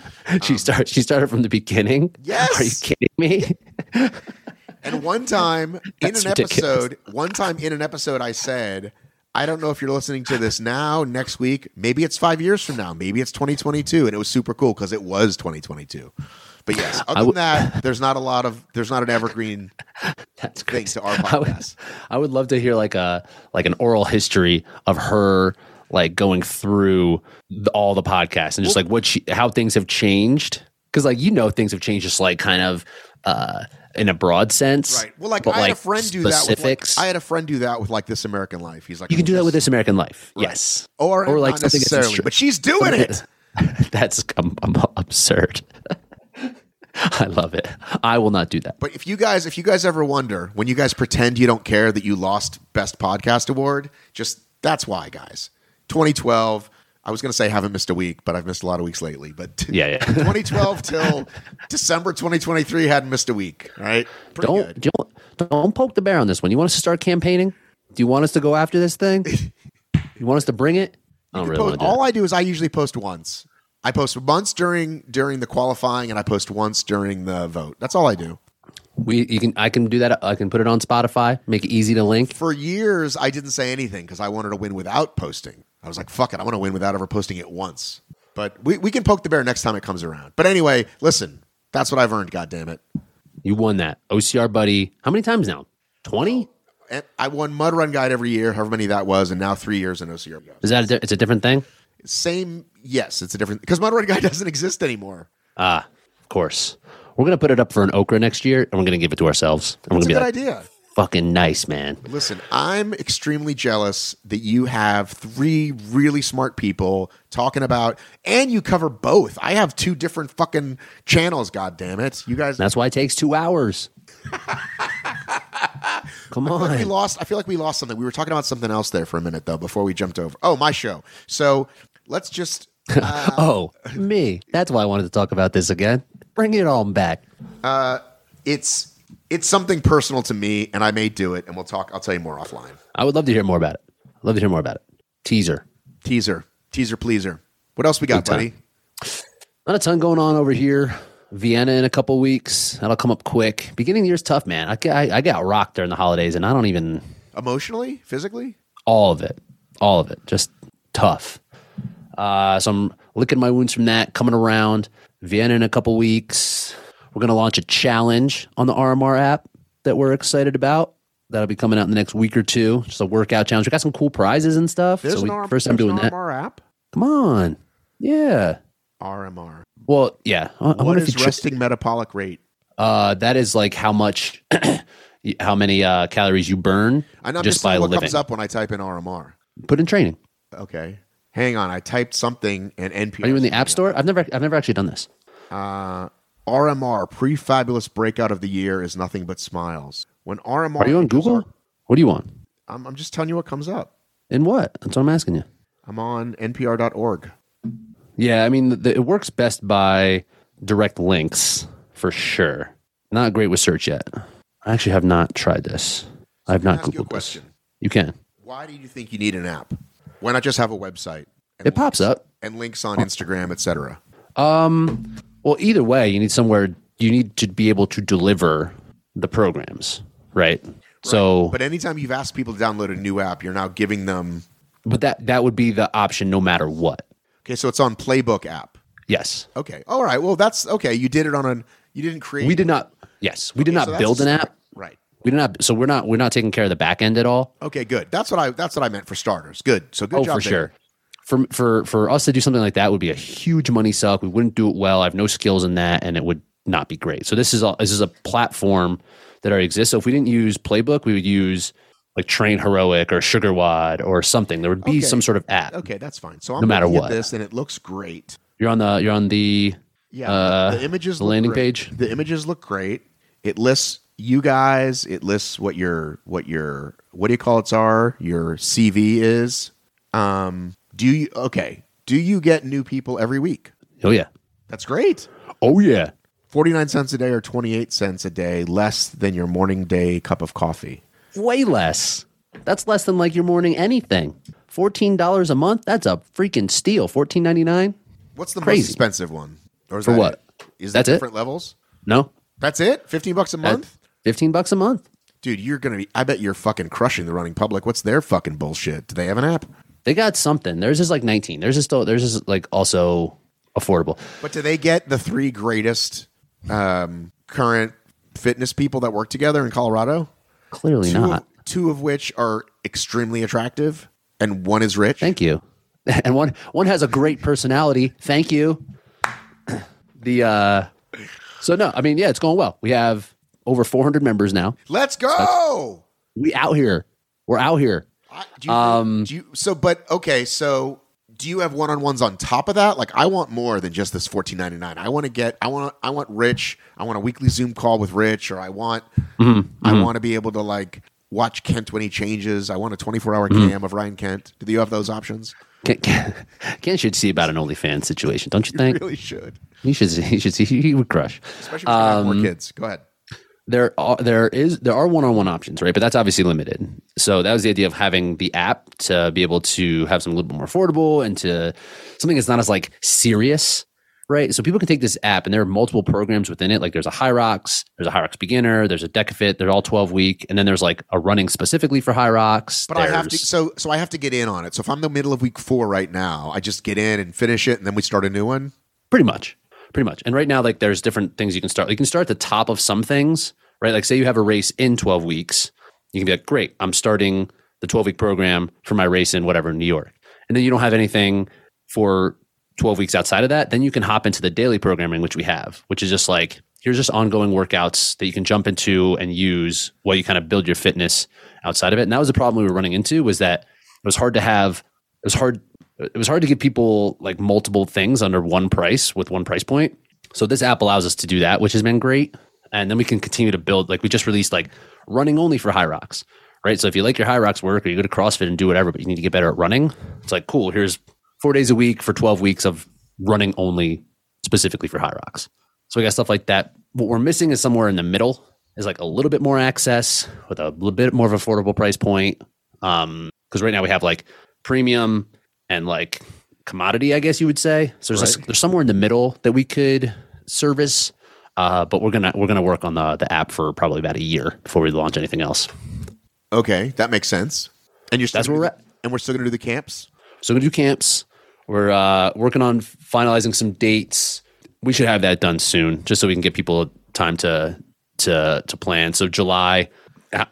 Speaker 5: she started she started from the beginning.
Speaker 4: Yes!
Speaker 5: Are you kidding me?
Speaker 4: And one time in
Speaker 5: That's
Speaker 4: an
Speaker 5: ridiculous.
Speaker 4: episode, one time in an episode, I said, I don't know if you're listening to this now, next week, maybe it's five years from now, maybe it's 2022. And it was super cool because it was 2022. But yes, other
Speaker 5: w-
Speaker 4: than that, there's not a lot of, there's not an evergreen
Speaker 5: That's
Speaker 4: thing
Speaker 5: crazy.
Speaker 4: to our
Speaker 5: I would,
Speaker 4: podcast.
Speaker 5: I would love to hear like a like an oral history of her like going through the, all the podcasts and just like what she, how things have changed because like you know things have changed just like kind of uh in a broad sense
Speaker 4: Right. Well, like
Speaker 5: but,
Speaker 4: I had a friend do that. With, like,
Speaker 5: specifics
Speaker 4: I had a friend do that with like This American Life. He's like,
Speaker 5: you can do that with this american life yes
Speaker 4: or,
Speaker 5: or, like,
Speaker 4: not
Speaker 5: something that's
Speaker 4: necessarily,
Speaker 5: instru-
Speaker 4: but she's doing it.
Speaker 5: that's um, um, absurd i love it i will not do that
Speaker 4: But if you guys, if you guys ever wonder when you guys pretend you don't care that you lost Best Podcast Award, just that's why, guys. 2012. I was going to say haven't missed a week, but I've missed a lot of weeks lately. But
Speaker 5: Yeah, yeah.
Speaker 4: 2012 till December 2023 hadn't missed a week. All right, pretty
Speaker 5: don't,
Speaker 4: good.
Speaker 5: don't don't poke the bear on this one you want us to start campaigning do you want us to go after this thing you want us to bring it i don't really
Speaker 4: Post-
Speaker 5: want to do
Speaker 4: all
Speaker 5: that.
Speaker 4: I do is I usually post once. I post once during during the qualifying, and I post once during the vote. That's all I do.
Speaker 5: we you can i can do that i can put it on spotify make it easy to link
Speaker 4: For years, I didn't say anything because I wanted to win without posting. I was like, "Fuck it, I want to win without ever posting it once." But we, we can poke the bear next time it comes around. But anyway, listen, that's what I've earned. God damn it!
Speaker 5: You won that. OCR buddy. How many times now? 20?
Speaker 4: And I won Mud Run Guide every year, however many that was, and now three years in OCR.
Speaker 5: Is that a, di- it's a different thing?
Speaker 4: Same, yes, it's a different because Mud Run Guide doesn't exist anymore.
Speaker 5: Ah, of course. We're going to put it up for an okra next year and we're going to give it to ourselves. And we're
Speaker 4: It's a
Speaker 5: going to
Speaker 4: good
Speaker 5: be like,
Speaker 4: idea.
Speaker 5: fucking nice, man.
Speaker 4: Listen, I'm extremely jealous that you have three really smart people talking about, and you cover both. I have two different fucking channels. God damn it, you guys!
Speaker 5: That's why it takes two hours. Come
Speaker 4: we
Speaker 5: on.
Speaker 4: lost. I feel like we lost something. We were talking about something else there for a minute though before we jumped over. Oh, my show. So let's just.
Speaker 5: Oh, me. That's why I wanted to talk about this again. Bring it all back.
Speaker 4: It's it's something personal to me, and I may do it, and we'll talk. I'll tell you more offline.
Speaker 5: I would love to hear more about it. I'd love to hear more about it. Teaser.
Speaker 4: Teaser, teaser, pleaser. What else we got,
Speaker 5: time.
Speaker 4: buddy?
Speaker 5: Not a ton going on over here. Vienna in a couple weeks. That'll come up quick. Beginning of the year's tough, man. I, I, I got rocked during the holidays, and I don't even
Speaker 4: Emotionally, physically.
Speaker 5: all of it, all of it, just tough. Uh, so I'm licking my wounds from that. Coming around Vienna in a couple weeks. We're gonna launch a challenge on the RMR app that we're excited about. That'll be coming out in the next week or two. Just a workout challenge. We got some cool prizes and stuff. so we,
Speaker 4: R-
Speaker 5: first time
Speaker 4: there's
Speaker 5: doing
Speaker 4: an
Speaker 5: that.
Speaker 4: RMR app.
Speaker 5: Come on, yeah.
Speaker 4: RMR.
Speaker 5: Well, yeah. I, I
Speaker 4: What
Speaker 5: wonder if
Speaker 4: is
Speaker 5: you tri-
Speaker 4: resting metabolic rate?
Speaker 5: uh, that is like how much, how many uh, calories you burn
Speaker 4: I'm not
Speaker 5: just by
Speaker 4: what
Speaker 5: living.
Speaker 4: comes up when I type in RMR.
Speaker 5: Put in training.
Speaker 4: Okay, hang on. I typed something and NPR.
Speaker 5: Are you in the app store? I've never, I've never actually done this.
Speaker 4: RMR pre-fabulous breakout of the year is nothing but smiles. When RMR,
Speaker 5: Are you on Google? What do you want?
Speaker 4: I'm, I'm just telling you what comes up.
Speaker 5: In what? That's what I'm asking you.
Speaker 4: I'm on NPR.org.
Speaker 5: Yeah, I mean, the, it works best by direct links for sure. Not great with search yet. I actually have not tried this. I have not
Speaker 4: ask you a
Speaker 5: Googled this.
Speaker 4: question.
Speaker 5: You can.
Speaker 4: Why do you think you need an app? Why not just have a website? And
Speaker 5: It pops up.
Speaker 4: and links on Instagram, etc.
Speaker 5: Um, well, either way, you need somewhere. You need to be able to deliver the programs, right? So,
Speaker 4: But anytime you've asked people to download a new app, you're now giving them.
Speaker 5: but that that would be the option, no matter what.
Speaker 4: Okay, so it's on Playbook app.
Speaker 5: Yes,
Speaker 4: Okay, all right. Well, that's okay. You did it on an. You didn't create.
Speaker 5: we did not. Yes, we did
Speaker 4: so
Speaker 5: not
Speaker 4: that's
Speaker 5: build an
Speaker 4: just-
Speaker 5: app.
Speaker 4: Right.
Speaker 5: We did not. So we're not. We're not taking care of the back end at all.
Speaker 4: Okay, good. That's what I. That's what I meant for starters. Good. So good
Speaker 5: oh,
Speaker 4: job. there.
Speaker 5: for sure. For for for us to do something like that would be a huge money suck. We wouldn't do it well. I have no skills in that, and it would not be great. So this is all. This is a platform that already exists. So if we didn't use Playbook, we would use like Train Heroic or SugarWad or something. There would be
Speaker 4: Okay.
Speaker 5: some sort of app.
Speaker 4: Okay, that's fine. So I'm
Speaker 5: No matter
Speaker 4: looking at
Speaker 5: what.
Speaker 4: this, and it looks great.
Speaker 5: You're on the. You're on the.
Speaker 4: Yeah,
Speaker 5: Uh,
Speaker 4: the images.
Speaker 5: the
Speaker 4: look
Speaker 5: landing
Speaker 4: great.
Speaker 5: page?
Speaker 4: The images look great. It lists you guys. It lists what your what your what do you call it's are your CV is. Um, do you okay? Do you get new people every week?
Speaker 5: Oh yeah.
Speaker 4: That's great.
Speaker 5: Oh yeah.
Speaker 4: Forty nine cents a day or twenty eight cents a day less than your morning day cup of coffee.
Speaker 5: Way less. That's less than like your morning anything. Fourteen dollars a month. That's a freaking steal. Fourteen ninety nine.
Speaker 4: What's the
Speaker 5: Crazy.
Speaker 4: most expensive one? Or is
Speaker 5: For
Speaker 4: that
Speaker 5: what?
Speaker 4: It? Is
Speaker 5: That's
Speaker 4: that
Speaker 5: it?
Speaker 4: different levels?
Speaker 5: No.
Speaker 4: That's it. Fifteen bucks a
Speaker 5: That-
Speaker 4: month.
Speaker 5: Fifteen bucks a month.
Speaker 4: Dude, you're gonna be. I bet you're fucking crushing the running public. What's their fucking bullshit? Do they have an app?
Speaker 5: They got something. Theirs is like 19. Theirs is still theirs is like also affordable.
Speaker 4: But do they get the three greatest um, current fitness people that work together in Colorado?
Speaker 5: Clearly
Speaker 4: Two
Speaker 5: not.
Speaker 4: Of, two of which are extremely attractive, and one is rich.
Speaker 5: Thank you. and one one has a great personality. Thank you. The uh, so no, I mean yeah, it's going well. We have over 400 members now.
Speaker 4: Let's go.
Speaker 5: We out here. We're out here.
Speaker 4: I- Do you, do you, so, but okay, so do you have one on ones on top of that? Like, I want more than just this fourteen ninety nine. I want to get, I want, I want Rich. I want a weekly Zoom call with Rich, or I want, I want to be able to like watch Kent when he changes. I want a twenty four hour cam of Ryan Kent. Do you have those options?
Speaker 5: Can't, can't, can't should see about an OnlyFans situation, don't you think?
Speaker 4: Really should,
Speaker 5: He should. He should see. He would crush.
Speaker 4: especially if you have more kids. Go ahead.
Speaker 5: there are there is there are one-on-one options right but that's obviously limited so that was the idea of having the app to be able to have something a little bit more affordable and to something that's not as like serious right so people can take this app and there are multiple programs within it like there's a hyrox there's a hyrox beginner there's a decafit they're all 12 week and then there's like a running specifically for hyrox
Speaker 4: But I have to
Speaker 5: There's-
Speaker 4: so so I have to get in on it. So if I'm the middle of week four right now, I just get in and finish it, and then we start a new one.
Speaker 5: pretty much pretty much and right now like there's different things you can start you can start at the top of some things right like say you have a race in 12 weeks you can be like great i'm starting the 12 week program for my race in whatever new york and then you don't have anything for 12 weeks outside of that then you can hop into the daily programming which we have which is just like here's just ongoing workouts that you can jump into and use while you kind of build your fitness outside of it and that was the problem we were running into was that it was hard to have it was hard it was hard to give people like multiple things under one price with one price point. So this app allows us to do that, which has been great. And then we can continue to build. Like we just released like running only for high rocks, right? So if you like your high rocks work or you go to CrossFit and do whatever, but you need to get better at running, it's like cool. Here's four days a week for twelve weeks of running only specifically for high rocks. So we got stuff like that. What we're missing is somewhere in the middle. Is like a little bit more access with a little bit more of affordable price point. Um, because right now we have like premium and like commodity, I guess you would say. So there's a- there's somewhere in the middle that we could service. Uh, but we're gonna we're gonna work on the the app for probably about a year before we launch anything else.
Speaker 4: Okay, that makes sense. And you're still
Speaker 5: That's
Speaker 4: gonna
Speaker 5: where
Speaker 4: do
Speaker 5: we're
Speaker 4: the- and we're still gonna do the camps.
Speaker 5: So we're gonna do camps. We're uh, working on finalizing some dates. We should have that done soon, just so we can give people time to to to plan. So July,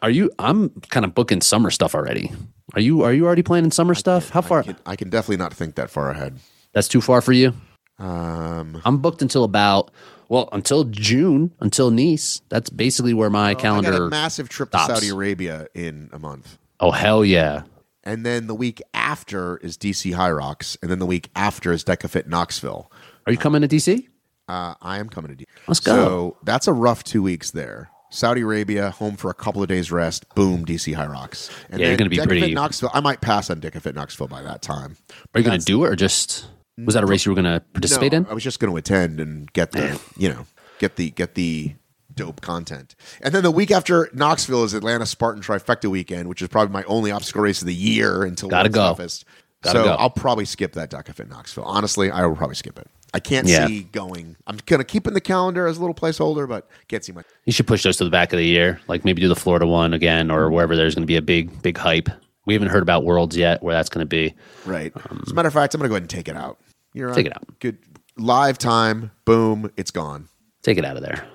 Speaker 5: are you? I'm kind of booking summer stuff already. Are you? Are you already planning summer stuff? How far?
Speaker 4: I can definitely not think that far ahead.
Speaker 5: That's too far for you.
Speaker 4: Um,
Speaker 5: I'm booked until about well until June until Nice. That's basically where my
Speaker 4: I got
Speaker 5: calendar.
Speaker 4: a massive trip to
Speaker 5: stops.
Speaker 4: Saudi Arabia in a month,
Speaker 5: oh hell yeah!
Speaker 4: and then the week after is DC High Rocks, and then the week after is DecaFit Knoxville.
Speaker 5: Are you coming to DC?
Speaker 4: Uh, I am coming to DC.
Speaker 5: Let's go.
Speaker 4: So that's a rough two weeks there. Saudi Arabia, home for a couple of days rest. Boom, DC High Rocks. And
Speaker 5: Yeah, you're
Speaker 4: then
Speaker 5: gonna be
Speaker 4: DecaFit
Speaker 5: pretty-
Speaker 4: Knoxville. I might pass on DecaFit Knoxville by that time.
Speaker 5: Are you going to do it or just was that a race you were going to participate
Speaker 4: no,
Speaker 5: in?
Speaker 4: I was just going to attend and get the you know get the get the dope content. And then the week after Knoxville is Atlanta Spartan Trifecta weekend, which is probably my only obstacle race of the year until
Speaker 5: Gotta
Speaker 4: World's
Speaker 5: go.
Speaker 4: toughest.
Speaker 5: Gotta
Speaker 4: so
Speaker 5: go.
Speaker 4: I'll probably skip that DACA Fit Knoxville. Honestly, I will probably skip it. I can't
Speaker 5: Yeah.
Speaker 4: see going. I'm gonna keep in the calendar as a little placeholder, but can't see much.
Speaker 5: You should push those to the back of the year. Like maybe do the Florida one again or wherever there's going to be a big big hype. We haven't heard about Worlds yet, where that's going to be.
Speaker 4: Right. As a matter of fact, I'm gonna go ahead and take it out. You're on.
Speaker 5: Take it out.
Speaker 4: Good live time. Boom. It's gone.
Speaker 5: Take it out of there.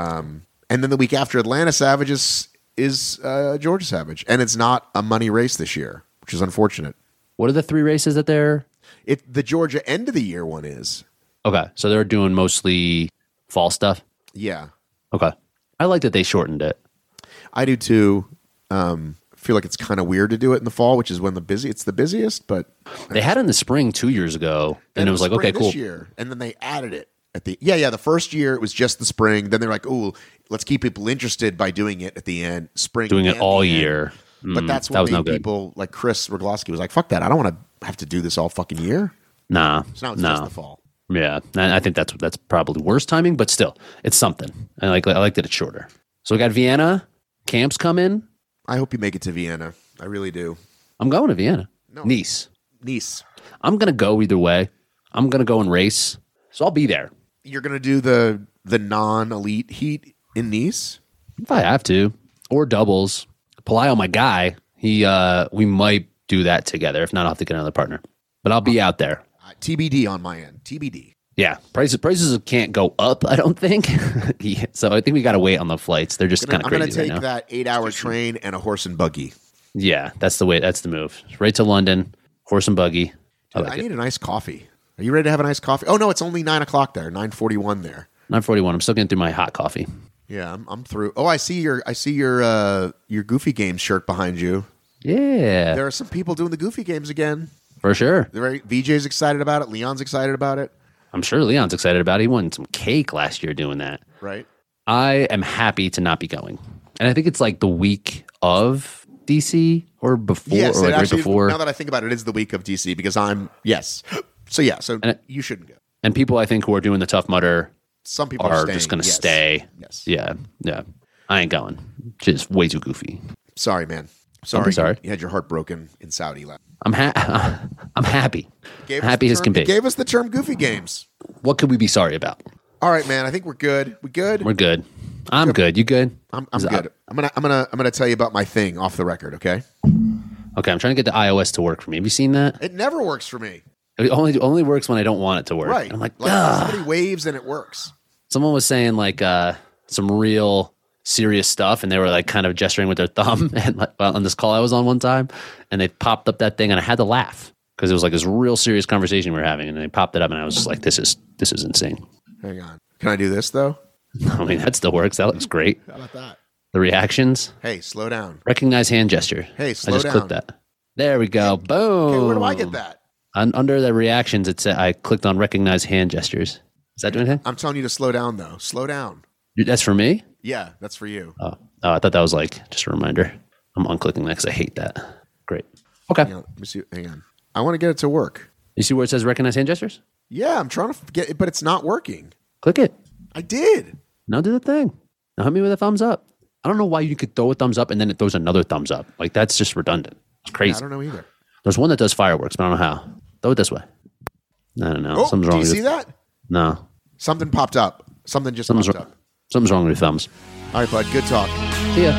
Speaker 4: And then the week after Atlanta Savage is, is uh, Georgia Savage. And it's not a money race this year, which is unfortunate.
Speaker 5: What are the three races that they're?
Speaker 4: It the Georgia end of the year one is.
Speaker 5: Okay, so they're doing mostly fall stuff.
Speaker 4: Yeah.
Speaker 5: Okay, I like that they shortened it.
Speaker 4: I do too. Um feel like it's kind of weird to do it in the fall, which is when the busy it's the busiest, but
Speaker 5: They had it in the spring two years ago, and it was like,
Speaker 4: spring
Speaker 5: okay, cool.
Speaker 4: This year, and then they added it at the yeah yeah. The first year it was just the spring. Then they're like, oh, let's keep people interested by doing it at the end. Spring,
Speaker 5: Doing it
Speaker 4: and
Speaker 5: all
Speaker 4: the end.
Speaker 5: year. Mm,
Speaker 4: But that's
Speaker 5: that
Speaker 4: what
Speaker 5: was no
Speaker 4: made
Speaker 5: good.
Speaker 4: people like Chris Roglowski was like, fuck that. I don't want to have to do this all fucking year.
Speaker 5: Nah,
Speaker 4: So now it's
Speaker 5: nah.
Speaker 4: just the fall.
Speaker 5: Yeah, and I think that's that's probably worse timing, but still, it's something. I like I like that it's shorter. So we got Vienna camps come in.
Speaker 4: I hope you make it to Vienna. I really do.
Speaker 5: I'm going to Vienna, Nice.
Speaker 4: Nice.
Speaker 5: I'm gonna go either way. I'm gonna go and race, so I'll be there
Speaker 4: You're gonna do the the non elite heat in Nice.
Speaker 5: if I have to, or doubles. Palayo, my guy, he uh we might do that together. If not, I'll have to get another partner. But I'll be out there.
Speaker 4: Uh, TBD on my end. TBD.
Speaker 5: Yeah, prices prices can't go up. I don't think. yeah, so I think we got to wait on the flights. They're just kind of
Speaker 4: I'm
Speaker 5: crazy
Speaker 4: gonna take
Speaker 5: right now.
Speaker 4: that eight hour train and a horse and buggy.
Speaker 5: Yeah, that's the way. That's the move. Right to London, horse and buggy. I like
Speaker 4: I
Speaker 5: it.
Speaker 4: need an iced coffee. Are you ready to have an iced coffee? Oh no, it's only nine o'clock there. Nine forty-one there.
Speaker 5: 941. I'm still getting through my hot coffee.
Speaker 4: Yeah, I'm, I'm through. Oh, I see your I see your uh, your Goofy Games shirt behind you.
Speaker 5: Yeah.
Speaker 4: There are some people doing the Goofy Games again.
Speaker 5: for sure.
Speaker 4: They're very, VJ's excited about it. Leon's excited about it.
Speaker 5: I'm sure Leon's excited about it. He won some cake last year doing that.
Speaker 4: Right.
Speaker 5: I am happy to not be going. And I think it's like the week of DC or before
Speaker 4: yes,
Speaker 5: or
Speaker 4: it
Speaker 5: like right
Speaker 4: actually,
Speaker 5: before.
Speaker 4: now that I think about it, it is the week of DC because I'm yes. So yeah, so
Speaker 5: And it-
Speaker 4: you shouldn't go.
Speaker 5: and people I think who are doing the tough mutter
Speaker 4: Some people
Speaker 5: are,
Speaker 4: are, staying,
Speaker 5: just going to
Speaker 4: yes.
Speaker 5: stay.
Speaker 4: Yes.
Speaker 5: Yeah. Yeah. I ain't going. Just way too goofy.
Speaker 4: Sorry, man. Sorry.
Speaker 5: sorry.
Speaker 4: You had your heart broken in Saudi. Last.
Speaker 5: I'm ha- I'm happy.
Speaker 4: Gave us
Speaker 5: happy
Speaker 4: the
Speaker 5: as
Speaker 4: term-
Speaker 5: can be.
Speaker 4: Gave us the term Goofy Games.
Speaker 5: what could we be sorry about?
Speaker 4: All right, man. I think we're good. We good.
Speaker 5: We're good. I'm good. You good?
Speaker 4: I'm, I'm
Speaker 5: Is it-
Speaker 4: good. I'm gonna I'm gonna I'm gonna tell you about my thing off the record. Okay.
Speaker 5: Okay, I'm trying to get the iOS to work for me. Have you seen that?
Speaker 4: It never works for me.
Speaker 5: It only only works when I don't want it to work.
Speaker 4: Right.
Speaker 5: And I'm like,
Speaker 4: like
Speaker 5: "Ugh."
Speaker 4: somebody waves and it works.
Speaker 5: someone was saying like uh, some real serious stuff, and they were like kind of gesturing with their thumb. And like, well, on this call I was on one time, and they popped up that thing, and I had to laugh because it was like this real serious conversation we were having, and they popped it up, and I was just like, this is this is insane.
Speaker 4: Hang on. Can I do this though?
Speaker 5: I mean, that still works. That looks great.
Speaker 4: How about that?
Speaker 5: The reactions,
Speaker 4: Hey, slow down.
Speaker 5: recognize hand gesture.
Speaker 4: Hey, slow
Speaker 5: I just clicked
Speaker 4: down.
Speaker 5: that. There we go. Boom.
Speaker 4: Hey, where do I
Speaker 5: Oh.
Speaker 4: get that?
Speaker 5: Un- under the reactions, it said I clicked on recognize hand gestures. Is that doing anything?
Speaker 4: I'm telling you to slow down though. Slow down.
Speaker 5: That's for me.
Speaker 4: Yeah, that's for you.
Speaker 5: Oh, oh, I thought that was like just a reminder. I'm unclicking that because I hate that. Great. Okay.
Speaker 4: Hang on. Let me see. Hang on. I want to get it to work.
Speaker 5: You see where it says recognize hand gestures?
Speaker 4: Yeah, I'm trying to f- get it, but it's not working.
Speaker 5: Click it.
Speaker 4: I did.
Speaker 5: Now do the thing. Now hit me with a thumbs up. I don't know why you could throw a thumbs up and then it throws another thumbs up. Like that's just redundant. It's
Speaker 4: I
Speaker 5: crazy.
Speaker 4: don't know either.
Speaker 5: There's one that does fireworks, but I don't know how. Throw it this way. I don't know.
Speaker 4: Oh,
Speaker 5: Something's
Speaker 4: do
Speaker 5: wrong
Speaker 4: you
Speaker 5: with
Speaker 4: see
Speaker 5: your-
Speaker 4: that?
Speaker 5: No.
Speaker 4: Something popped up. Something just
Speaker 5: Something's
Speaker 4: popped
Speaker 5: wrong.
Speaker 4: up.
Speaker 5: Something's wrong with your thumbs.
Speaker 4: All right, bud. Good talk.
Speaker 5: See ya.